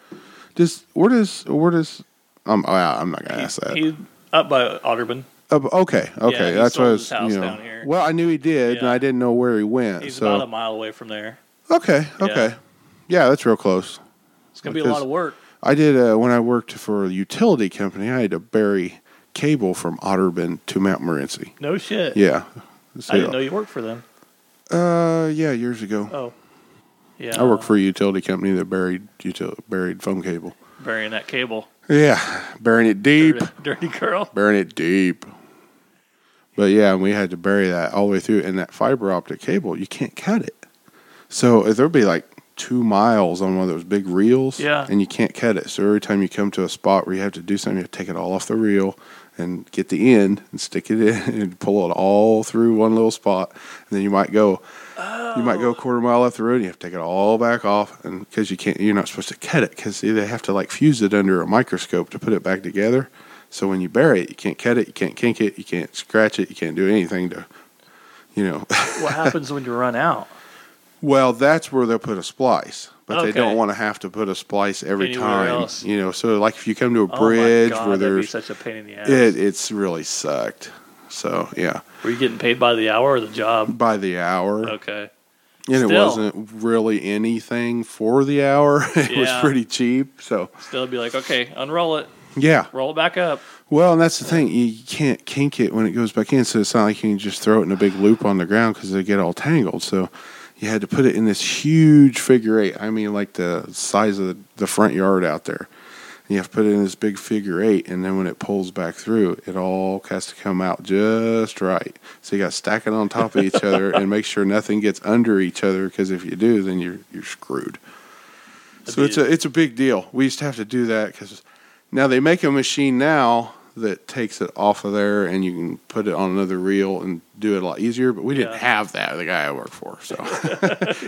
B: Just where does where does? Um, oh, yeah, I'm not gonna ask that.
A: he's up by Otterburn.
B: Uh, okay, okay,
A: he
B: that's what I
A: sold
B: was.
A: his house
B: you know,
A: down here.
B: Well, I knew he did, and
A: Yeah.
B: I didn't know where he went.
A: He's
B: so
A: about a mile away from there.
B: okay, okay, yeah, that's real close.
A: It's gonna be a lot of work.
B: I did uh, when I worked for a utility company. I had to bury cable from Otterbend to Mount Morency.
A: No shit.
B: Yeah,
A: I didn't know you worked for them.
B: Uh, yeah, years ago.
A: Oh, yeah.
B: I worked for a utility company that buried util- buried phone cable.
A: burying that cable.
B: Yeah, burying it deep.
A: Dirty, dirty girl.
B: burying it deep. But yeah, and we had to bury that all the way through. And that fiber optic cable, you can't cut it. So if there'd be like two miles on one of those big reels,
A: Yeah.
B: and you can't cut it. So every time you come to a spot where you have to do something, you have to take it all off the reel and get the end and stick it in and pull it all through one little spot. And then you might go, you might go a quarter mile up the road. You have to take it all back off, and because you can't, you're not supposed to cut it because they have to like fuse it under a microscope to put it back together. So when you bury it, you can't cut it, you can't kink it, you can't scratch it, you can't do anything to, you know.
A: What happens when you run out?
B: well, that's where they'll put a splice, but they
A: Okay.
B: don't want to have to put a splice every
A: Anywhere
B: time.
A: else.
B: You know, so like if you come to a
A: Oh my
B: bridge
A: God,
B: where
A: that'd be
B: there's
A: such a pain in the ass.
B: it, it's really sucked. So yeah,
A: Were you getting paid by the hour or the job?
B: by the hour.
A: Okay.
B: And it
A: Uh, Still.
B: wasn't really anything for the hour. It was
A: Yeah.
B: pretty cheap. So,
A: Still be like, okay, unroll it,
B: yeah.
A: roll it back up.
B: Well, and that's the thing. You can't kink it when it goes back in. So, it's not like you can just throw it in a big loop on the ground because they get all tangled. So, you had to put it in this huge figure eight. I mean, like the size of the, the front yard out there. And you have to put it in this big figure eight. And then when it pulls back through, it all has to come out just right. So, you got to stack it on top of each other and make sure nothing gets under each other because if you do, then you're, you're screwed. So it's a it's a big deal. We used to have to do that because now they make a machine now that takes it off of there and you can put it on another reel and do it a lot easier. But we didn't
A: Yeah.
B: have that. The guy I worked for, so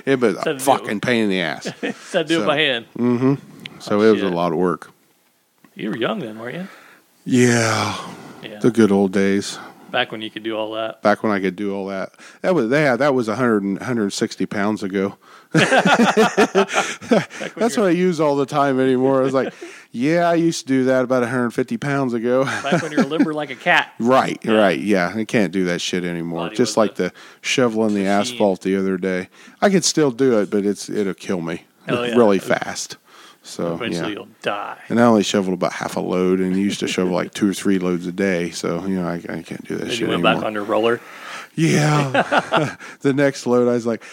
B: it was
A: So
B: a
A: do-
B: fucking pain in the ass.
A: Said do it
B: So-
A: by hand.
B: So it was
A: Oh, shit.
B: a lot of work.
A: You were young then, weren't you?
B: Yeah,
A: Yeah.
B: the good old days.
A: Back when you could do all that.
B: Back when I could do all that. That was yeah, that was 100 and 160 pounds ago.
A: Back when
B: That's
A: you
B: what I use all the time anymore. I was like, Yeah, I used to do that about 150 pounds ago.
A: Back when you were limber like a cat.
B: right, right. Yeah, I can't do that shit anymore.
A: Body
B: Just
A: weight
B: like the shoveling the asphalt the other day. I could still do it, but it's it'll kill me
A: Hell Oh, yeah.
B: really fast. So
A: Eventually
B: yeah.
A: you'll die.
B: And I only shoveled about half a load, and used to shovel like two or three loads a day. So you know, I, I can't do that
A: Then
B: shit
A: you went
B: anymore.
A: back on your roller.
B: Yeah. the next load, I was like,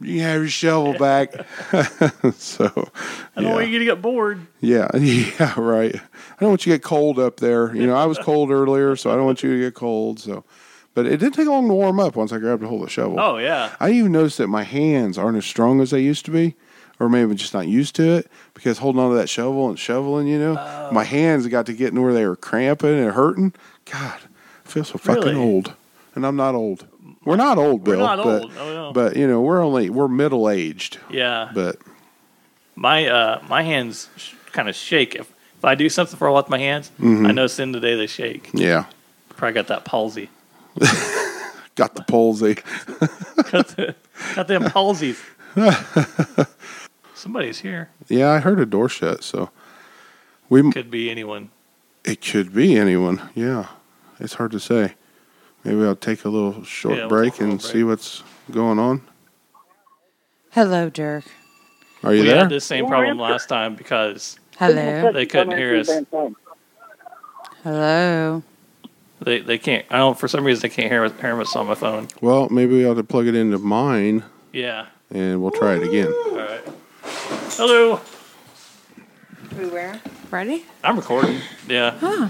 B: you have your shovel back. so,
A: I don't want
B: yeah.
A: you to get bored.
B: yeah, yeah, right. I don't want you to get cold up there. You know, I was cold earlier, so I don't want you to get cold. So, but it didn't take long to warm up once I grabbed a hold of the shovel.
A: Oh yeah.
B: I even noticed that my hands aren't as strong as they used to be, or maybe I'm just not used to it because holding on to that shovel and shoveling, you know,
A: Oh.
B: my hands got to getting where they were cramping and hurting. God, I feel so fucking
A: Really?
B: old, and I'm not old. We're not old, Bill.
A: not
B: but,
A: old. Oh, no.
B: but you know, we're only we're middle aged.
A: Yeah.
B: But
A: my uh my hands sh- kind of shake if, if I do something for a while with my hands. I notice in the day they shake.
B: Mm-hmm. yeah,
A: Probably got that palsy.
B: got the palsy.
A: Got them palsies. Somebody's here.
B: Yeah, I heard a door shut, so we
A: Could be anyone.
B: It could be anyone. Yeah, it's hard to say. Maybe I'll take a little short
A: Yeah, we'll
B: break
A: take a
B: and
A: little break.
B: see what's going on.
G: Hello, Dirk.
B: Are you
A: We
B: there?
A: had this same problem last time because
G: Hello.
A: they couldn't hear us.
G: Hello.
A: They they can't. I don't. For some reason, they can't hear us, hear us on my phone.
B: Well, maybe we ought to plug it into mine
A: Yeah.
B: and we'll try it again.
A: All right. Hello.
G: We were ready.
A: I'm recording. Yeah.
G: Hello.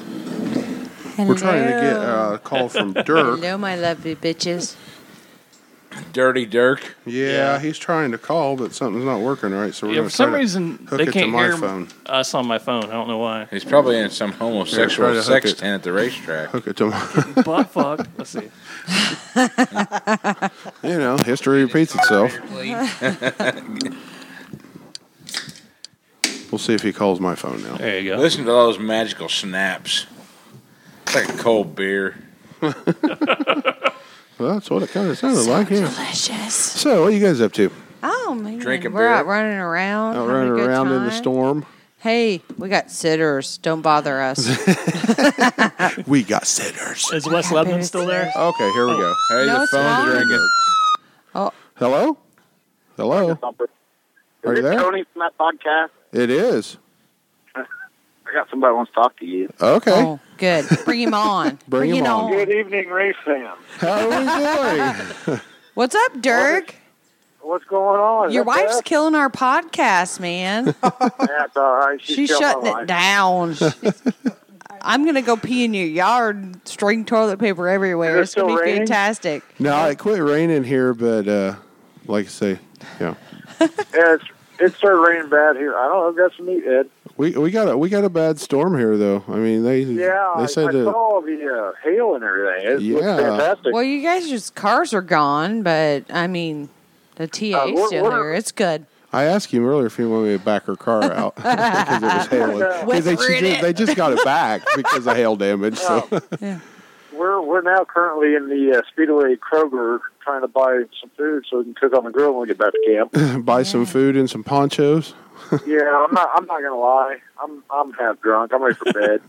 B: We're trying to get uh, a call from Dirk.
G: Hello, my lovely bitches.
F: Dirty Dirk.
B: yeah,
A: Yeah.
B: he's trying to call, but something's not working right. So we're
A: Yeah.
B: gonna
A: For some
B: try to
A: reason,
B: hook
A: they
B: it to
A: can't
B: my
A: hear
B: phone.
A: us Uh, on my phone. I don't know why.
H: He's probably in some homosexual
B: Here, try to hook
H: sex
B: it.
H: tent at the racetrack.
B: hook it to my.
A: Butt fuck. Let's see.
B: you know, history repeats itself. We'll see if he calls my phone now.
A: There you go.
H: Listen to those magical snaps. It's like a cold beer.
B: Well, that's what it kind of sounded like. Yeah.
G: Delicious.
B: So, what are you guys up to?
G: Oh man,
H: Drinking
G: we're out
H: beer.
G: running around.
B: Out
G: having a
B: running
G: good
B: around in the
G: time.
B: storm.
G: Hey, we got sitters. Don't bother us.
B: We got sitters.
A: Is Wes Lebanon still there?
B: Okay, here we go.
H: Hey,
G: No, Oh.
H: the
G: it's
H: phone's
G: fine.
H: ringing.
B: Hello? Hello? Are you there?
I: Tony from that podcast?
B: It is.
I: I got somebody wants to talk to you.
B: Okay.
G: Oh, good. Bring him on.
B: Bring him
G: it
B: on.
I: Good evening, race fam.
B: How are we doing?
G: What's up, Dirk?
I: What's going on? Is
G: Your
I: that
G: wife's
I: Beth?
G: killing our podcast, man.
I: That's all right. She's,
G: She's
I: killing
G: shutting
I: my
G: it
I: life.
G: down. She's- I'm gonna go pee in your yard, string toilet paper everywhere.
I: Is it
G: It's gonna
I: still
G: be
I: raining?
G: fantastic.
B: no, it quit raining here, but uh, like I say, yeah.
I: Yeah, it's, it started raining bad here. I don't know. I've got some heat, Ed.
B: We, we got a we got a bad storm here though. I mean they
I: Yeah,
B: they
I: I,
B: said
I: I
B: that
I: saw the uh, hail and everything. It
B: Yeah.
I: looks fantastic.
G: Well, you guys just cars are gone, but I mean, the
I: Uh,
G: TA
I: we're-
G: still
I: we're-
G: there. It's good.
B: I asked him earlier if he wanted me to back her car out because it was hailing. 'Cause They, she just, they just got it back because of hail damage. So
I: We're we're now currently in the uh, Speedway Kroger trying to buy some food so we can cook on the grill when we get back to camp.
B: buy some food and some ponchos.
I: yeah, I'm not I'm not gonna lie. I'm I'm half drunk. I'm ready for bed. I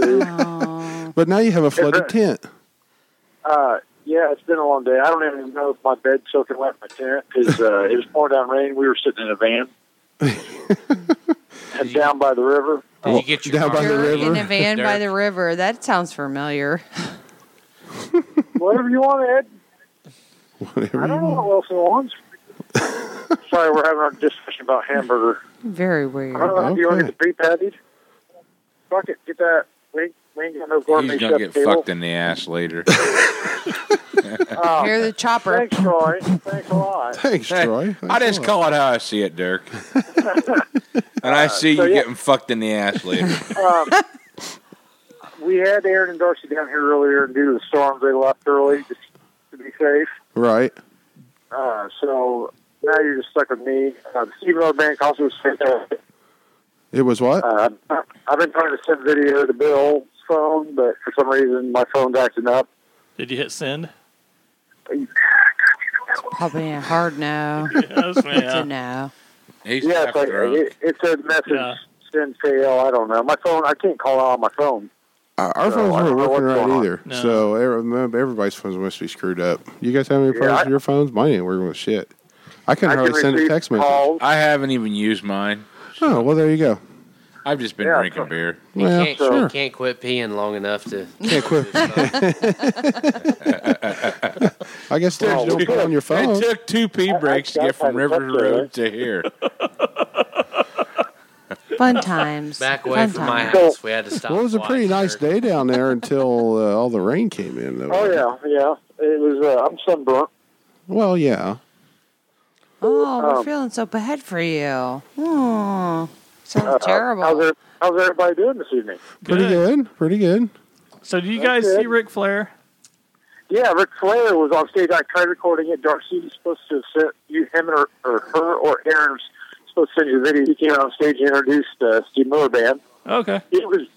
I: need some food.
B: But now you have a flooded
I: right.
B: tent.
I: Uh, yeah, it's been a long day. I don't even know if my bed's soaking wet in my tent because uh, it was pouring down rain. We were sitting in a van and down by the river.
H: Did you get your
B: Down
H: car?
B: by the
G: You're in a
B: river.
G: van by
H: Derek.
G: the river. That sounds familiar.
I: Whatever you want, Ed.
B: Whatever
I: I
B: you
I: don't know what Wilson wants. Sorry, we're having our discussion about hamburger.
G: Very
I: I don't
G: weird.
I: know. Do you want to
B: Okay.
I: get the pre-patties? Fuck it, get that. We ain't, we ain't got no gourmet
H: He's gonna
I: chef
H: get
I: table.
H: fucked in the ass later.
G: Hear the chopper.
I: Uh, Thanks, Troy. Thanks a lot.
B: Thanks,
H: Hey,
B: Troy.
H: I
B: Thanks
H: just
B: a lot.
H: call it how I see it, Dirk. and I see
I: Uh, so
H: you
I: yeah.
H: getting fucked in the ass later.
I: Um, We had Aaron and Darcy down here earlier, and due to the storms, they left early just to be safe.
B: Right.
I: Uh, so now you're just stuck with me. Uh, the Steve Miller Band concert was fantastic.
B: It was what?
I: Uh, I've been trying to send video to Bill's phone, but for some reason my phone's acting up.
A: Did you hit send?
G: Probably a Oh, hard no.
A: Yes,
G: It's a
A: man.
G: no.
H: He's
I: Yeah,
H: half
I: it's like,
H: drunk.
I: it, it said message
A: Yeah.
I: XNKL. I don't know. My phone. I can't call out on my phone.
B: Our, our
I: So,
B: phones
I: Uh, I
B: weren't
I: don't know
B: working
I: what's
B: right
I: going on.
B: either.
A: No.
B: So every- everybody's phones must be screwed up. You guys have any problems
I: I-
B: with your phones? Mine ain't working with shit. I can
I: I
B: not
I: can
B: hardly send a
I: receive
B: text message.
I: calls.
H: I haven't even used mine.
B: Oh, well, there you go.
H: I've just been
I: Yeah,
H: drinking
I: so-
H: beer.
J: You
B: Well,
J: can't,
B: sure.
J: you can't quit peeing long enough to.
B: Can't quit. I guess there's
I: Well,
B: you don't put on your phone.
H: It took two pee
I: I- I
H: breaks to get
I: just
H: from
I: had a
H: River
I: picture of
H: Road
I: it.
H: to here.
G: Fun times.
J: Back
G: Fun
J: away from my
G: times.
J: house, we had to stop.
B: Well, it was a pretty
J: and watch
B: nice
J: her.
B: day down there until uh, all the rain came in. Though.
I: Oh yeah, yeah. It was. Uh, I'm sunburnt.
B: Well, yeah.
G: Oh, we're
I: Um,
G: feeling so bad for you. Oh, sounds terrible.
I: Uh, How's, every- how's everybody doing this evening?
B: Pretty
A: Good.
B: good. Pretty good.
A: So, do you guys
I: Okay.
A: see Ric Flair?
I: Yeah, Ric Flair was on stage. I tried recording it. Darcy was supposed to send you him or, or her or Aaron's supposed to send you a video. He came out on stage and introduced uh, Steve Miller Band.
A: Okay.
I: It was.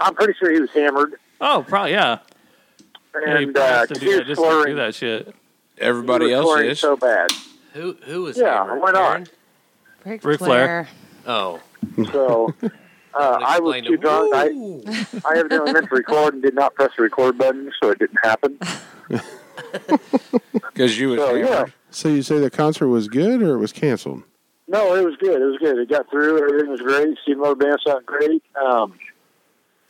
I: I'm pretty sure he was hammered
A: Oh, probably yeah. Yeah, he
I: and
A: probably
I: uh,
A: has to do
I: he
A: that
I: was
A: just to do
I: slurring.
A: that shit.
I: He was
H: Everybody else
I: slurring
H: is.
I: so bad.
J: Who who was
I: Yeah,
J: hammered?
I: why not?
J: Aaron?
G: Ric
A: Ric Flair.
J: Oh,
I: So uh, I was
J: Explained
I: too
J: it.
I: drunk. I
J: Woo!
I: I evidently meant to record and did not press the record button, so it didn't happen.
H: Because you was
I: So
H: hammered.
I: yeah.
B: So you say the concert was good or it was canceled?
I: No, it was good. It was good. It got through. Everything was great. Steve Miller Band sounded great. Um,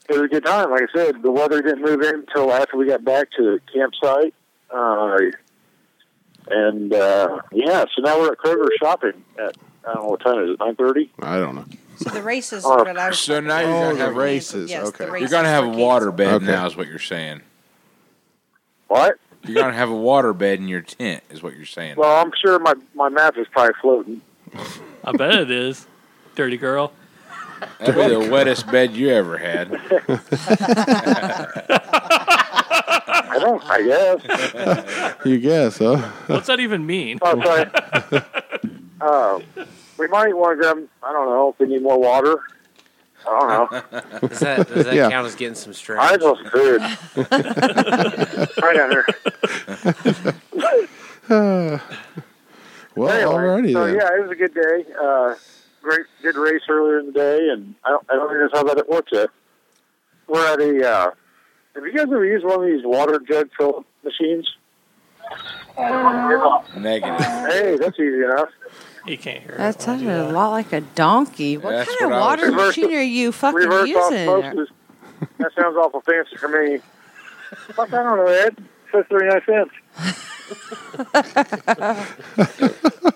I: it was a good time. Like I said, the weather didn't move in until after we got back to the campsite. Uh, and uh, yeah, so now we're at Kroger shopping at I don't know what time it is. Nine thirty.
B: I don't know.
G: So the races.
I: Oh,
G: that I was
H: so
G: talking
H: now you're
G: about
H: gonna
G: were
H: have
G: canceled.
B: races,
G: Yes, the
B: okay. You're
G: races
H: You're going to have a
G: were
H: water
G: canceled.
H: bed
B: Okay.
H: now, is what you're saying.
I: What?
H: You're going to have a water bed in your tent, is what you're saying.
I: Well, I'm sure my my map is probably floating.
A: I bet it is. Dirty girl.
H: That'd be the wettest bed you ever had.
I: I don't. I guess.
B: You guess, huh?
A: What's that even mean?
I: Oh, sorry. Uh, we might want to grab. I don't know if we need more water. I don't know.
J: Does that, does that
B: Yeah.
J: count as getting some strange?
I: I just want some food. right down here.
B: Well,
I: anyway,
B: alrighty
I: so
B: then.
I: yeah, it was a good day. Uh, great, good race earlier in the day, and I don't, I don't think that's how that it works. Yet. We're at a. Uh, have you guys ever used one of these water jug fill machines?
H: Negative.
I: Hey, that's easy enough.
A: He can't hear.
G: That
A: it when I do
G: sounded a lot like a donkey. What
H: That's
G: kind
H: what I
G: of
H: was-
G: water
I: Reverse-
G: machine are you fucking
I: Reverse
G: using?
I: osmosis. That sounds awful fancy for me. Fuck, I don't know, Ed. It Says thirty nine cents.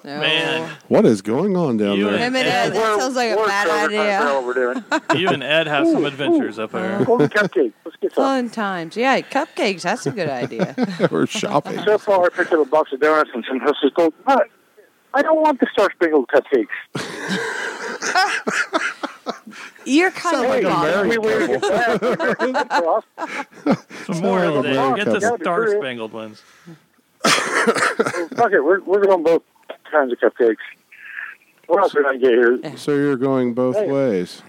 G: No.
A: Man,
B: What is going on down
A: You
B: there?
A: and-
G: Him and Ed, that
I: We're-
G: sounds like a
I: we're
G: bad
I: covered. I don't know
G: idea.
I: what we're doing.
A: you and Ed have some adventures up there.
I: Golden cupcake. Let's get some.
G: Fun times. Yeah, cupcakes. That's a good idea.
B: We're shopping.
I: So far, I picked up a box of donuts and some hustlers gold. But I don't want the star spangled cupcakes.
G: You're kind of
I: Oh, Hey,
G: a bother.
I: we were at that. Cross.
A: Memorial
B: Sounds
A: Day.
B: like a
A: Get the
I: couple.
A: Star Spangled ones.
I: Fuck it, we're, we're going both kinds of cupcakes. What else did I get here?
B: So you're going both
I: Hey.
B: ways.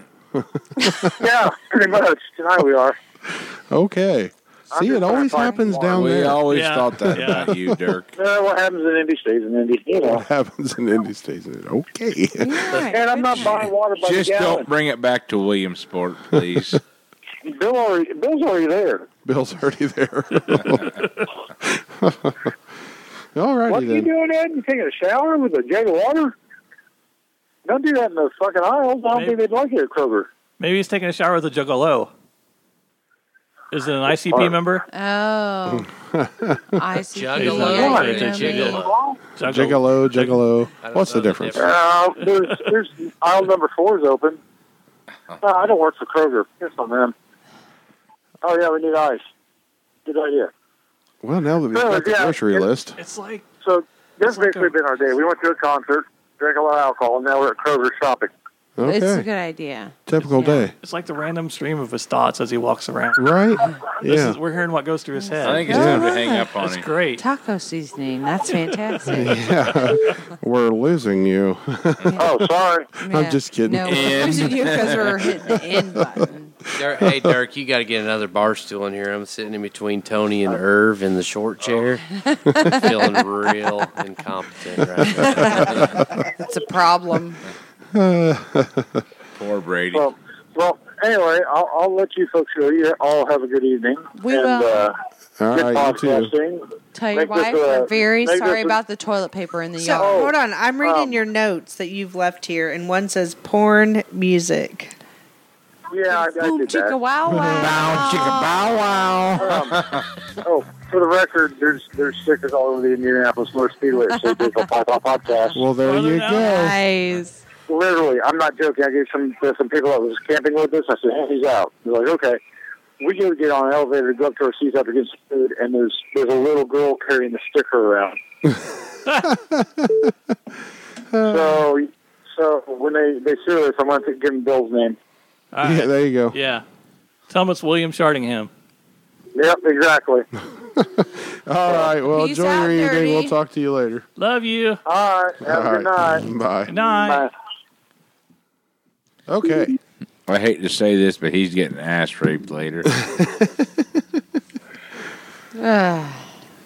I: Yeah, pretty much. Tonight we are.
B: Okay.
I: I'm
B: See,
I: just
B: it always
I: trying to find
B: happens
I: one.
B: down
H: We
B: there.
H: always
A: Yeah.
H: thought that
A: Yeah.
H: about you, Dirk.
I: Uh, what happens in Indy stays in Indy. You know.
B: What happens in Indy stays in Okay.
G: Yeah.
I: And I'm not buying water by
H: Just
I: the gallon.
H: don't bring it back to Williamsport, please.
I: Bill already, Bill's already there.
B: Bill's already there. Alrighty
I: What are you
B: then.
I: doing, Ed? You taking a shower with a jug of water? Don't do that in the fucking aisles. I don't think they'd like it at Kroger.
A: Maybe he's taking a shower with a juggalo. Is it an ICP member?
G: Oh. I see.
J: Juggalo.
A: He's
J: Yeah,
A: not taking a
J: yeah.
A: juggalo. Juggalo.
B: Gigolo, gigolo.
J: don't
B: What's the
J: know the
B: difference?
J: difference.
I: Uh, there's, there's aisle number four is open. Uh, I don't work for Kroger. Piss on them. Oh yeah, we need ice. Good idea.
B: Well, now that we've
I: Well,
B: got the
I: yeah,
B: grocery
I: it-
B: list,
A: It's like
I: So that's
A: It's like
I: basically
A: a-
I: been our day. We went to a concert, drank a lot of alcohol, and now we're at Kroger shopping.
G: It's a
B: okay,
G: good idea.
B: typical
G: yeah.
B: day,
A: it's like the random stream of his thoughts as he walks around.
B: right?
A: This
B: Yeah,
A: is, we're hearing what goes through his head.
H: I think it's
G: Yeah.
H: time to hang up on
A: That's
H: him.
A: great.
G: Taco seasoning. That's fantastic.
B: yeah. We're losing you.
I: Oh, sorry.
G: Yeah.
B: just kidding.
G: No, we're using you because we're hitting the end button.
J: Dirk- hey, Dirk, you got to get another bar stool in here. I'm sitting in between Tony
B: Uh,
J: and Irv in the
B: oh.
J: short chair, feeling real incompetent right now.
G: It's a problem.
H: Poor Brady.
I: Well, well. Anyway, I'll, I'll let you folks go. You all have a good evening.
G: We
I: and,
G: will.
I: Uh,
B: All
I: good
B: right, you too.
I: podcasting.
G: Tell your
I: Make this,
G: wife we're
I: uh,
G: very
I: make
G: sorry
I: this a-
G: about the toilet paper in the
K: So
G: yard.
K: hold on, I'm reading your notes that you've left here, and one says porn music.
I: Yeah, I, I
G: Boom
I: did
G: chicka
I: that.
G: wow wow.
I: Oh, for the record, there's there's stickers all over the Indianapolis Motor Speedway. So digital pop pop podcast.
B: Well, there
A: Well,
B: you
A: no.
B: go.
G: Nice.
I: Literally, I'm not joking. I gave some to some people that was camping with us. I said, hey, he's out. They're like, okay. We go to get on an elevator, go up to our seats up against the food, and there's there's a little girl carrying the sticker around.
B: Uh.
I: so so when they they sue us, I want to give them Bill's name.
A: All right.
B: Yeah, there you go.
A: Yeah. Thomas William Shardingham.
I: Yep, exactly.
B: All right. Well,
G: Peace
B: enjoy
G: out,
B: your evening.
G: Dirty.
B: We'll talk to you later.
A: Love you.
I: All right, have a good night.
A: Good
B: Bye.
A: night.
I: Bye.
B: Okay.
H: I hate to say this, but he's getting ass raped later.
G: Ugh.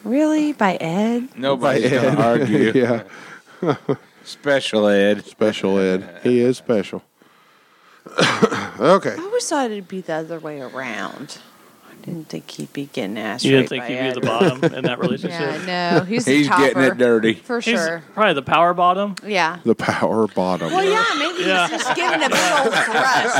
G: really? By Ed?
H: Nobody's going to argue.
B: yeah.
H: Special Ed.
B: Special Ed. He is special. okay.
G: I always thought it'd be the other way around. I didn't think he'd be getting ass
A: You didn't think
G: raped by
A: you'd be
G: Ed.
A: at the bottom in that relationship?
G: Yeah, no, he's
H: He's
G: the topper,
H: getting it dirty.
G: for
A: He's
G: sure.
A: probably the power bottom.
G: Yeah.
B: The power bottom.
G: Well, yeah, maybe
A: Yeah.
G: he's just getting a big old thrust,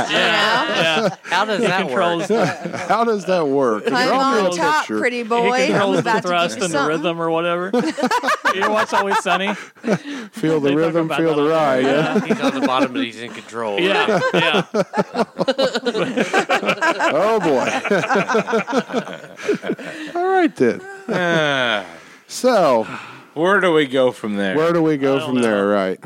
G: you know.
A: Yeah.
J: How does that work?
A: Controls the,
B: How does that work?
G: Climb
B: Draw me a
G: on top,
B: picture.
G: pretty
A: he
G: boy. I'm
A: controls the
G: about to
A: thrust
G: give you
A: and the
G: something.
A: rhythm or whatever. you watch Always Sunny?
B: Feel
A: They
B: the
A: talk
B: rhythm,
A: about that
B: feel the
A: on-
B: ride. Yeah.
J: He's on the bottom, but he's in control.
A: Yeah. Yeah.
B: Oh boy. All right then.
H: Ah,
B: So,
H: where do we go from there?
B: where do we
A: I
B: go
A: don't
B: from there? Right.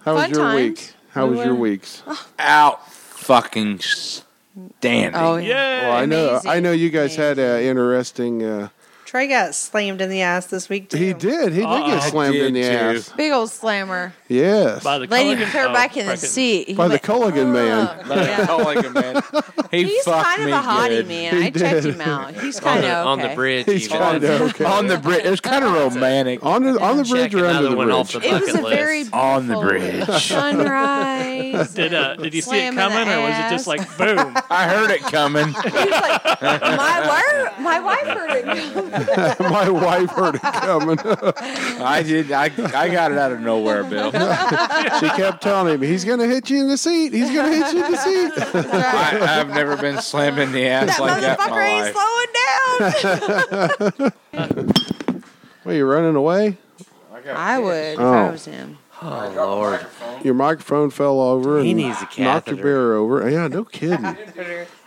B: How was
G: Fun
B: your
G: times.
B: week? How
G: We
B: was your
G: were-
B: weeks?
H: Ah. Out fucking standing.
G: Oh, yeah.
A: Yeah.
B: Well, I know.
G: Amazing.
B: I know you guys had an interesting. Uh,
K: Trey got slammed in the ass this week too.
B: he did. He did
A: Uh-oh.
B: get slammed in the
H: Did too.
B: ass.
G: Big old slammer.
B: Yes.
A: By the
G: Lady
A: Culligan-
G: put her
A: oh,
G: back in the
A: freaking-
G: seat. He
B: By the
G: went,
B: Culligan man.
G: "Ugh."
H: Let
G: Yeah.
H: it go like a man. He
G: He's
H: fucked
G: kind of
H: me
G: a hottie
H: good.
G: man. I checked him out. He's
J: On
G: kind
J: the,
G: of
J: on
G: okay.
J: the bridge.
B: He's
J: even.
B: kind of okay.
H: On the bridge. It was kind of romantic.
B: On the, on the
J: Check
B: bridge or under
J: another
B: the
J: one
B: bridge?
J: off the
G: It
J: bucket
G: was a
J: list.
G: very
H: On the
G: beautiful
H: bridge.
G: sunrise.
A: Did, uh, did you see
G: Slam
A: it
G: in the
A: coming or was it just
G: ass.
A: like boom?
H: I heard it coming.
G: He was like, my word, my wife heard it.
B: My wife heard it coming.
H: I did. I, I got it out of nowhere, Bill. I,
B: she kept telling him, "He's gonna hit you in the seat. He's gonna hit you in the seat."
H: I've never been slammed in the ass like that in
G: Motherfucker
H: my
G: ain't
H: life.
G: slowing down.
B: Wait, you're running away.
G: I would if
B: I
G: I
B: Oh.
G: was him.
J: Oh, Lord.
B: Your microphone fell over
J: He
B: and
J: needs a
B: knocked your
J: catheter.
B: beer over. Yeah, no kidding.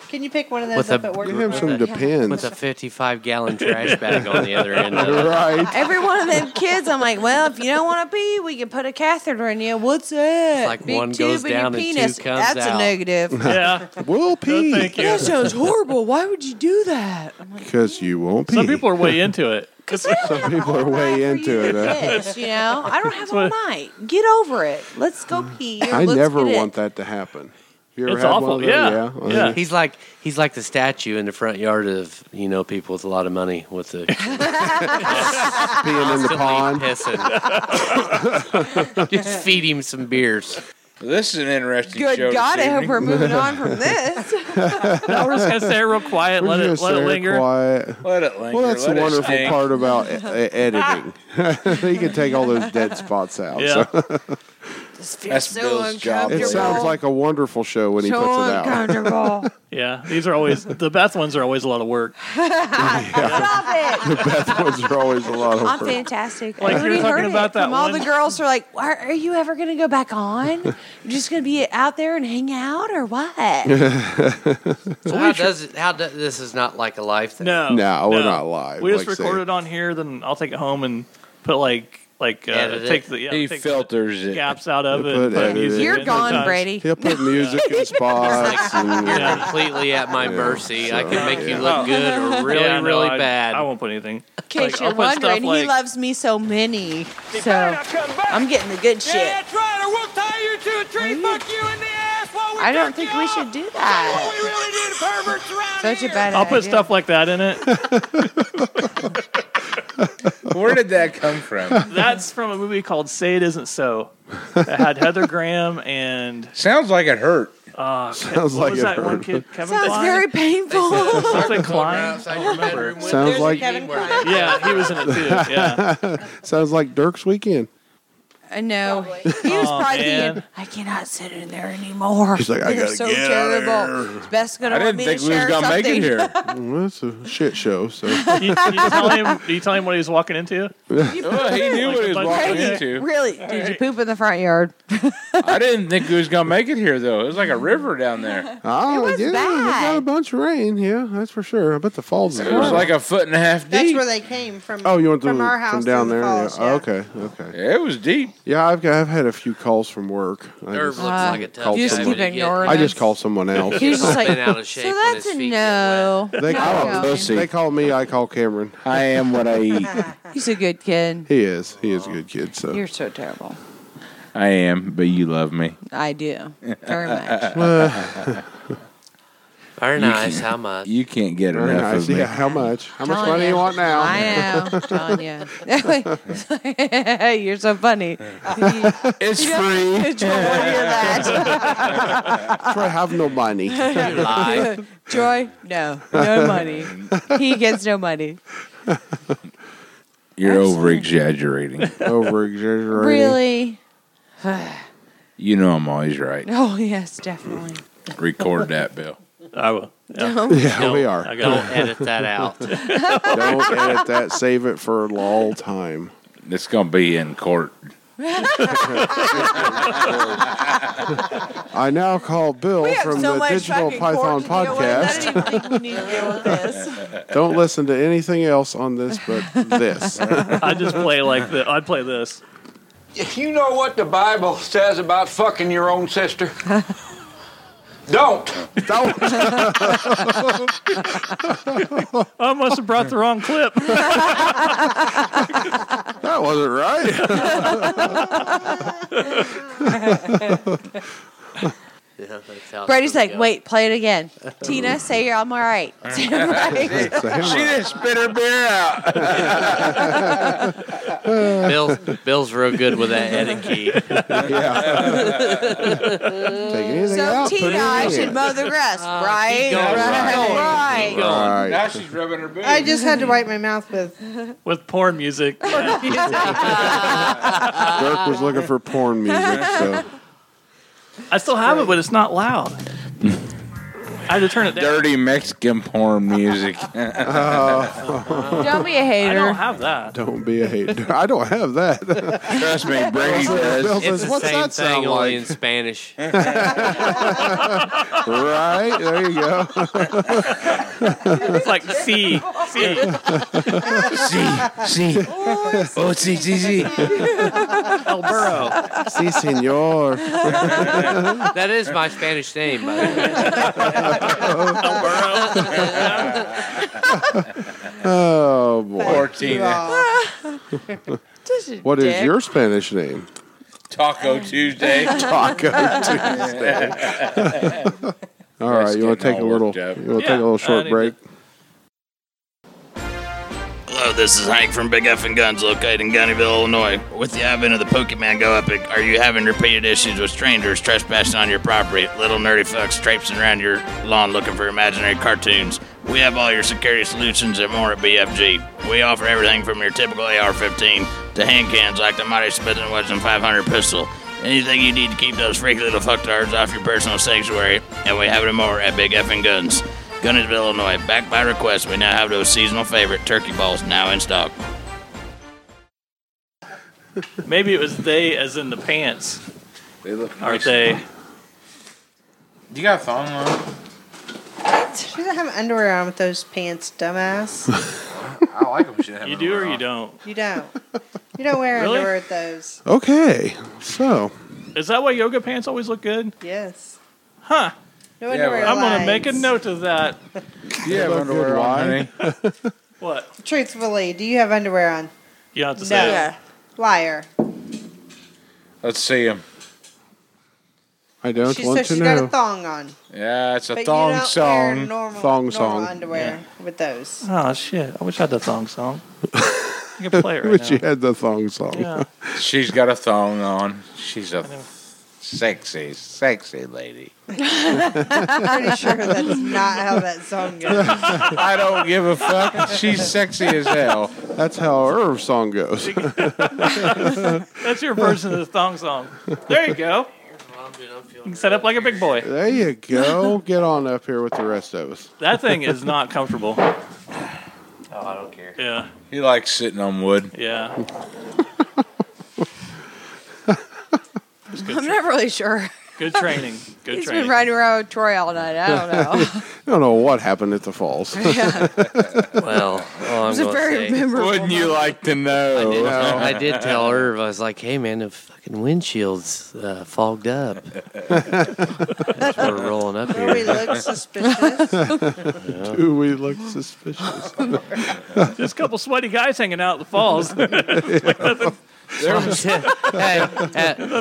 K: Can you pick one of those
J: With
K: up
J: a-
K: at work?
B: Give him some
J: With a-
B: depends.
J: With a 55 gallon trash bag on the other end of it.
B: Right.
G: Every one of them kids, I'm like, well, if you don't want to pee, we can put a catheter in you. What's that?
J: like one goes down and two comes
G: That's a
J: out.
G: negative.
A: Yeah.
B: We'll pee.
A: thank you.
G: that sounds horrible. Why would you do that? I'm like,
B: Because you won't pee.
A: Some people are way into it.
B: Some people are way into it. uh, huh?
G: Yes, you know, I don't have a
A: what-
G: mic. Get over it. Let's go pee. or
B: I
G: let's
B: never
G: get it.
B: want that to happen. You ever
A: It's
B: had
A: awful,
B: one of those?
A: yeah.
B: Well,
A: Yeah.
J: He's like he's like the statue in the front yard of you know people with a lot of money with the
B: Peeing in the pond.
J: pissing. Just feed him some beers.
H: This is an interesting show.
G: Good
H: this
G: God, I hope
H: evening.
G: we're moving on from this.
A: No, we're just gonna stay real quiet.
B: We're
A: let it
B: just
A: let it
B: there
A: linger.
B: Quiet.
H: Let it linger.
B: Well, that's
H: let
B: the
H: it
B: wonderful
H: stink.
B: part about e- e- editing. you can take all those dead spots out.
A: Yeah.
B: so.
G: This feels
H: That's
G: so
H: Bill's job.
B: It
G: uncomfortable.
B: sounds like a wonderful show when he
G: so
B: puts it out.
G: uncomfortable.
A: Yeah. These are always the best ones are always a lot of work.
G: Stop it.
B: Beth ones are always a lot
G: I'm
B: of work.
G: fantastic.
A: Like,
G: I
A: you were
G: already
A: talking
G: heard
A: about
G: it
A: that
G: from all the
A: one-
G: girls. Are like, are, are you ever going to go back on? You're just going to be out there and hang out, or what?
J: So how does it? How does this is not like a life thing?
A: No.
B: No, we're not live,
A: We just
B: like I said.
A: record it on here, then I'll take it home and put like like uh,
J: Edit it.
A: take the yeah,
H: He
A: take
H: filters
A: the
H: it.
A: gaps out of it.
B: Put
A: and put
B: edit
A: music
B: it.
A: in
G: You're gone,
A: sometimes.
G: Brady.
B: He'll put music in spots. and-
J: You're completely at my mercy. I can make you look good or really,
A: Yeah, no,
J: really
A: I-
J: bad.
A: I won't put anything.
G: In case
A: Like, I'll
G: you're
A: put stuff
G: wondering, he
A: like-
G: loves me so many. So I'm getting the good shit. Mm.
D: right, or we'll tie you to a tree,
G: Ooh. fuck
D: you in the ass while
G: I don't think we should do that.
D: really did perverts around
G: Such a bad
A: I'll put
G: idea.
A: stuff like that in it.
H: Where did that come from?
A: That's from a movie called "Say It Isn't So." That had Heather Graham and
H: sounds like it hurt.
A: Uh, Ke-
B: Sounds
A: what
B: like
A: was
B: it
A: that one
B: hurt.
A: kid? Kevin
K: Sounds
A: Kline?
K: very painful.
A: Something Klein. I don't remember.
B: Sounds There's like-
K: Kevin
A: Yeah, he was in it too. Yeah.
B: Sounds like Dirk's weekend.
G: I know. He was
A: Aw,
G: probably
A: man.
G: thinking, I cannot sit in there anymore.
B: He's like, I
G: They're
B: gotta
G: so
B: get out of
G: terrible.
B: here."
G: It's best gonna
B: I didn't
G: want me
B: think
G: to
B: we was
G: share
B: gonna make it
G: something.
B: here. well, it's a shit show. So
A: you, you tell him. You tell him what he was walking into.
H: Well, Oh, he knew what he was walking into.
G: Really? Did you poop in the front yard?
H: I didn't think he was gonna make it here though. It was like a river down there.
B: Oh yeah, we got a bunch of rain. Yeah, that's for sure. I bet the falls.
H: It was like a foot and a half deep.
K: That's where they came from.
B: oh, you went
K: from
B: through-
K: our house
B: from down
K: to the
B: there.
K: falls,
B: yeah. Okay, okay.
H: it was deep.
B: Yeah, I've got, I've had a few calls from work. I
J: Irv
B: just
J: looks like a tough
B: called
J: guy
G: just
B: someone-
G: keep ignoring
B: I just
G: us.
B: call someone else.
G: He's just like,
J: been out of shape
G: so
J: when
G: that's
J: his
G: a
J: feet
G: no.
B: They call
G: No.
B: They call me. I call Cameron. I am what I eat.
G: He's a good kid.
B: he is. He is a good kid. So
G: You're so terrible.
H: I am, but you love me.
G: I do. Very much.
J: Very
H: You
J: nice.
H: can't-
J: How much?
H: You can't get
B: Very
H: enough
B: nice.
H: of me.
B: Yeah. How much? How much
G: Telling
B: money
G: you.
B: you want now?
G: I know. Telling you. It's like, You're so funny.
H: It's free.
G: Joy, hear that.
B: Try have no money.
J: lie.
G: Joy, no. No money. He gets no money.
H: You're over exaggerating.
B: Over exaggerating.
G: Really?
H: You know I'm always right.
G: Oh, yes, definitely.
H: Record that, Bill.
A: I will. Yeah.
B: Yeah, we are.
A: I
J: Don't
A: got it.
J: edit that out.
B: Don't edit that. Save it for a long time.
H: It's gonna be in court.
B: I now call Bill from the Digital Python podcast. Don't listen to anything else on this but this.
A: I just play like the. I'd play this.
D: If you know what the Bible says about fucking your own sister, don't.
A: I must have brought the wrong clip.
B: That wasn't right.
J: Yeah, that's how it's
G: Brady's
J: gonna
G: like,
J: go.
G: wait, play it again. Tina, say you're, I'm all right. Say I'm all right.
H: She just spit her beer out.
J: Bill's, Bill's real good with that edit key.
B: yeah. Take anything
G: So
B: out. put
G: Tina,
B: it
G: I
B: in.
G: should mow the grass, right?
J: Uh, going, Ryan.
G: Right, right.
B: Right.
H: Now she's rubbing her beer.
K: I just had to wipe my mouth with.
A: with porn music.
B: Dirk was looking for porn music. So.
A: I still have it, but it's not loud. I had to turn it down.
H: Dirty Mexican porn music.
B: Oh.
G: Don't be a
A: I don't
G: hater.
A: have that.
B: Don't be a hater. I don't have that.
H: Trust me, Brady
B: Bill
H: does.
B: says,
J: It's the
B: What's
J: same
B: that
J: thing,
B: sound
J: only
B: like?
J: in Spanish.
B: Right? There you go.
A: It's like C, C.
H: See, see, oh, see, see, see.
A: El Burro.
B: si, senor.
J: that is my Spanish name, by the way.
A: El Burro.
B: Oh, boy.
H: Poor Tina.
G: Just a
B: What is
G: dick.
B: your Spanish name?
H: Taco Tuesday.
B: Taco Tuesday. All right, you want to
H: getting
B: take a
H: all
B: little?
H: worked
B: You want
H: up.
B: to take a
A: Yeah, I
B: little short
A: need
B: break?
E: Hello, this is Hank from Big F and Guns, located in Gunnyville, Illinois. With the advent of the Pokemon Go epic, are you having repeated issues with strangers trespassing on your property? Little nerdy fucks traipsing around your lawn looking for imaginary cartoons. We have all your security solutions and more at BFG. We offer everything from your typical AR-15 to hand cans like the Mighty Smith & Wesson 500 pistol. Anything you need to keep those freaky little fucktards off your personal sanctuary, and we have it and more at Big F and Guns. Gunnersville, Illinois. Back by request, we now have those seasonal favorite turkey balls now in stock.
A: Maybe it was they, as in the pants.
H: They look
A: Aren't
H: nice.
A: they?
H: You got a thong on?
K: She doesn't have underwear on with those pants, dumbass.
H: I like them. Should have
A: You do or you don't.
K: You don't. You don't wear
A: Really?
K: underwear with those.
B: Okay, so
A: Is that why yoga pants always look good?
K: Yes.
A: Huh.
K: No
H: Yeah,
K: underwear.
H: well-
A: I'm gonna
K: lines.
A: make a note of that.
H: You have
B: Look
H: underwear
B: good,
H: on,
B: why?
H: honey.
A: What?
K: Truthfully, do you have underwear on?
A: You don't have to
K: No.
A: say it.
K: Liar.
H: Let's see them.
B: I don't
K: She
B: want
K: says
B: to
K: she's got a
B: know.
K: thong on.
H: Yeah, it's a
K: But you
H: thong
K: don't Wear
H: song.
K: normal,
B: Thong
K: normal
B: song.
K: underwear with those.
A: Oh shit! I wish I had the thong song. You can play it right
B: Wish
A: now.
B: you had the thong song.
A: Yeah.
H: She's got a thong on. She's a sexy, sexy lady.
K: Pretty sure that's not how that song goes.
H: I don't give a fuck. She's sexy as hell.
B: That's how our Irv song goes.
A: That's your version of the thong song. There you go. You can set up like a big boy.
B: there you go. Get on up here with the rest of us.
A: That thing is not comfortable.
J: Oh, I don't care.
A: Yeah.
H: He likes sitting on wood.
A: Yeah.
G: I'm not really sure.
A: Good training. Good
G: He's
A: training.
G: been riding around with Troy all night. I don't know.
B: I don't know what happened at the falls.
G: Yeah.
J: Well, all I'm
G: It was a
J: gonna say-
G: very memorable
H: Wouldn't you like to
J: I
H: know?
J: did,
B: No.
J: I did tell Irv, I was like, hey, man, the fucking windshield's uh, fogged up. That's why we're rolling up here.
K: Well, we look suspicious.
B: Do we look suspicious?
A: There's a couple sweaty guys hanging out at the falls.
J: There was- hey, hey,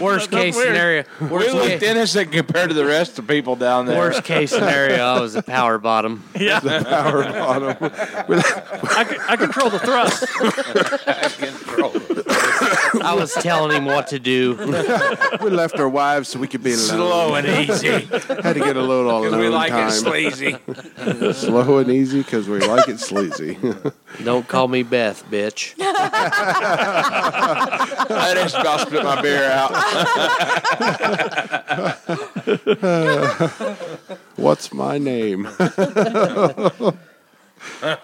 J: worst case
A: weird.
J: scenario.
H: We
J: Worst
H: looked
J: case,
H: innocent compared to the rest of people down there.
J: worst case scenario, I was a power bottom.
A: yeah.
B: Power bottom.
A: I, c- I control the thrust.
J: I was telling him what to do.
B: We left our wives so we could be alone.
H: Slow and easy.
B: Had to get a load all alone
H: we like
B: time.
H: it sleazy.
B: Slow and easy because we like it sleazy.
J: Don't call me Beth, bitch.
H: I just about spit my beer out.
B: What's my name?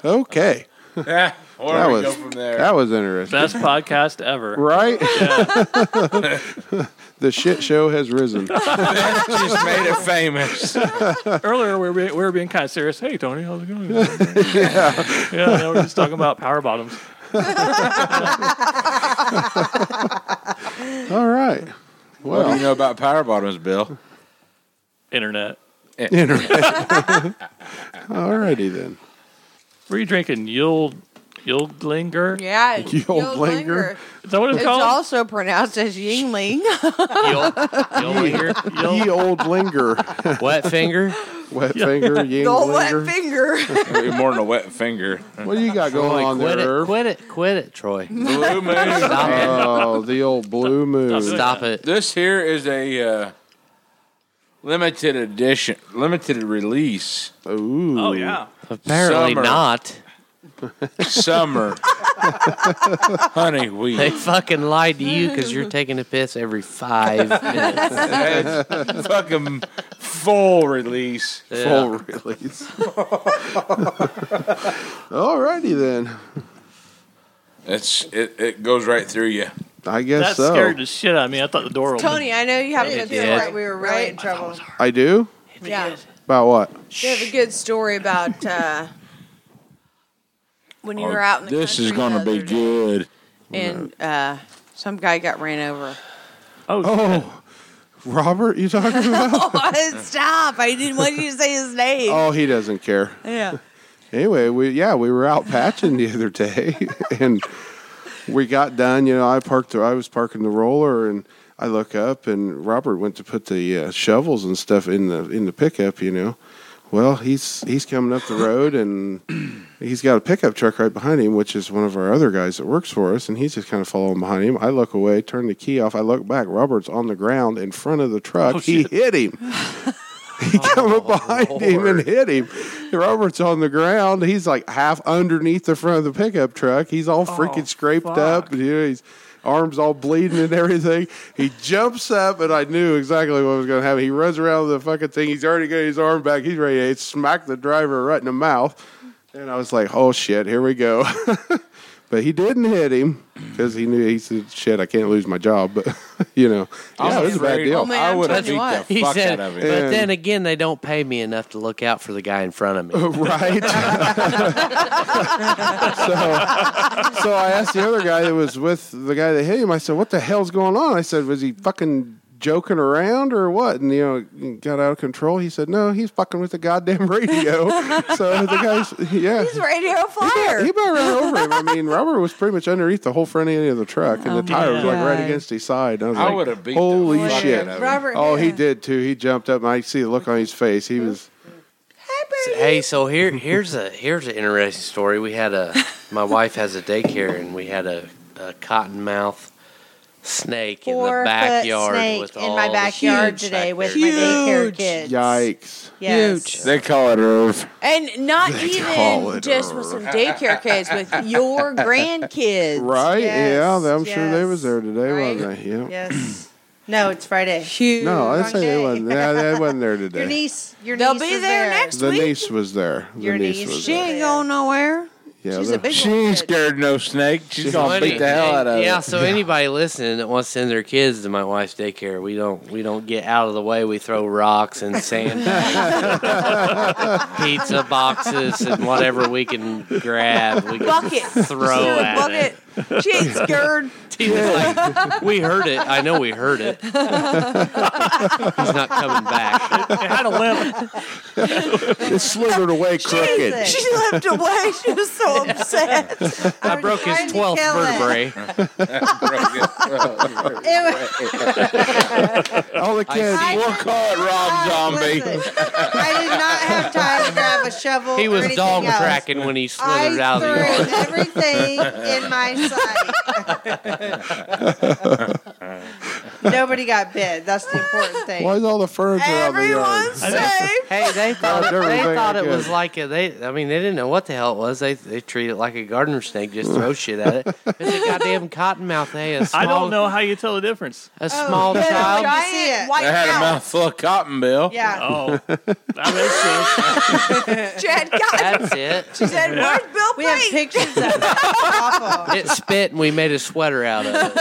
B: okay.
H: Yeah, where
B: That
H: do we
B: was
H: go from there?
B: that was interesting.
A: Best podcast ever.
B: Right? the shit show has risen.
H: just made it famous.
A: Earlier, we were, we were being kind of serious. Hey, Tony, how's it going? yeah. Yeah, now we're just talking about power bottoms.
B: All right.
H: What do
B: Well,
H: you know about power bottoms, Bill?
A: Internet.
B: internet. All righty then.
A: Were you drinking Yuld, Yildlinger?
G: Yeah. it's
B: You'll
G: Yul
B: linger.
A: Is that what it's,
G: It's
A: called?
G: also pronounced as Yingling.
J: You'll, you'll hear
B: Ye old linger.
J: wet finger.
B: Wet finger, ying
G: Don't wet
B: linger.
G: finger.
H: It'd be more than a wet finger.
B: What do you got going
J: Boy,
B: on
J: quit
B: there,
J: it,
B: Irv?
J: quit it, quit it, Troy.
H: Blue moon.
J: Stop it.
B: Oh, the old blue moon.
J: Stop it.
H: This here is a uh, limited edition, limited release
B: Ooh.
A: Oh, yeah.
J: Apparently
H: Summer.
J: not.
H: summer honey
J: They
H: weed.
J: fucking lied to you because you're taking a piss every five minutes.
H: It's fucking full release.
B: Full release. All righty then.
H: It's it, it goes right through you.
B: I guess
A: That
B: so.
A: scared the shit out of me. I thought the door opened.
G: Tony, I know you have a good
J: did.
G: story. We were really in trouble.
B: I do?
G: Yeah.
B: About what?
G: You have a good story about uh, when you were out in the
H: this is
G: country
H: gonna
G: the
H: be
G: other day
H: good.
G: And uh, some guy got ran over.
A: Oh, shit.
B: Oh, Robert, you talking about?
G: Oh, What? Stop. I didn't want you to say his name.
B: oh, he doesn't care.
G: Yeah.
B: Anyway, we yeah, we were out patching the other day, and we got done. You know, I parked. The, I was parking the roller, and I look up, and Robert went to put the uh, shovels and stuff in the in the pickup. You know, well, he's he's coming up the road, and he's got a pickup truck right behind him, which is one of our other guys that works for us, and he's just kind of following behind him. I look away, turn the key off. I look back. Robert's on the ground in front of the
H: Oh,
B: truck. he hit him he come up behind him and hit him. Robert's on the ground. He's like half underneath the front of the pickup truck. He's all freaking scraped up. And, you know, his arms all bleeding and everything. He jumps up, and I knew exactly what was going to happen. He runs around with the fucking thing. He's already got his arm back. He's ready to smack the driver right in the mouth. And I was like, oh shit, here we go. But he didn't hit him because he knew he said, "Shit, I can't lose my job." But you know, yeah, it was a bad
H: afraid-
B: deal.
G: Oh, man,
H: I
G: I'm
H: would have
G: telling
H: beat the
J: He
G: you what.
H: fuck
J: said,
H: out of
J: but
H: him.
J: then again, they don't pay me enough to look out for the guy in front of me.
B: right? so, so I asked the other guy that was with the guy that hit him. I said, "What the hell's going on?" I said, "Was he fucking joking around or what?" And you know, got out of control. He said, "No, he's fucking with the goddamn radio." so the guy's yeah.
G: He's radio flyer.
B: He about ran over him. I mean, Robert was pretty much underneath the whole front end of the truck, and the tire was like right
G: Oh God.
B: against his side. And I was
H: I
B: like,
H: would have beat
B: "Holy
H: the fuck
B: shit!"
H: out of him.
G: Robert.
B: Oh, he
G: yeah.
B: did too. He jumped up, and I see the look on his face. He was
J: Hey, so here here's a here's an interesting story. We had a my wife has a daycare, and we had a, a cottonmouth snake in the
K: Four-foot
J: backyard
K: snake
J: with
K: in
J: all
K: my
J: the
K: backyard
J: huge
K: today
J: back
K: with
J: there.
K: my daycare kids.
B: Yikes.
K: Yes.
H: They call it Irv.
L: And not
B: They call
L: even
B: it
L: just with some daycare kids, with your grandkids.
B: Right? yeah, I'm sure they
K: yes,
B: was there today, wasn't
K: right.
B: they? Yep.
K: Yes. No, it's Friday. Huge.
B: No, I say they wasn't. Nah, they wasn't there today.
K: Your niece. Your
G: They'll
K: niece
G: be
K: is
G: there next
B: the niece was there. The
K: Your
B: niece,
K: niece.
B: was
G: She ain't going nowhere.
B: Yeah,
G: She's
B: the-
G: a big
H: She ain't scared no snake. She's
J: So
H: gonna beat
J: any-
H: the hell out of it.
J: Yeah, so anybody listening that wants to send their kids to my wife's daycare, we don't we don't get out of the way. We throw rocks and sandbags, and pizza boxes, and whatever we can grab. We can
G: Bucket.
J: throw
G: Sure,
J: at it.
G: bucket. She ain't scared.
J: He was like, we heard it. I know we heard it. He's not coming back.
A: It had a limp.
B: it slithered away crooked.
G: She left away. She was so upset.
J: I broke
G: trying
J: his
G: to
J: 12th
G: kill
J: vertebrae.
B: All the kids.
H: We'll call it Rob Zombie.
K: I did not have time to grab a shovel.
J: He
K: or
J: was
K: anything
J: dog
K: else.
J: tracking when he slithered
K: I
J: out
K: threw
J: of the yard.
K: everything in my sight. Nobody got bit. That's the important thing.
B: Why is all the furniture on the yard?
J: Hey, they thought,
B: Grabbed
J: they
B: everything
J: thought
B: I
J: it was
B: could.
J: like a they. I mean, they didn't know what the hell it was. They they treat it like a gardener snake, just throw shit at it. It's a goddamn cottonmouth. Hey, a small,
A: I don't know how you tell the difference.
J: A small
K: yeah,
J: child.
K: I see it.
H: I had a mouthful of cotton bill.
K: Yeah.
A: Oh, that makes sense.
L: Chad got
J: That's it.
L: She said, "Where's Bill
K: We have pictures of it. Awful.
J: It spit, and we made a sweater out of it.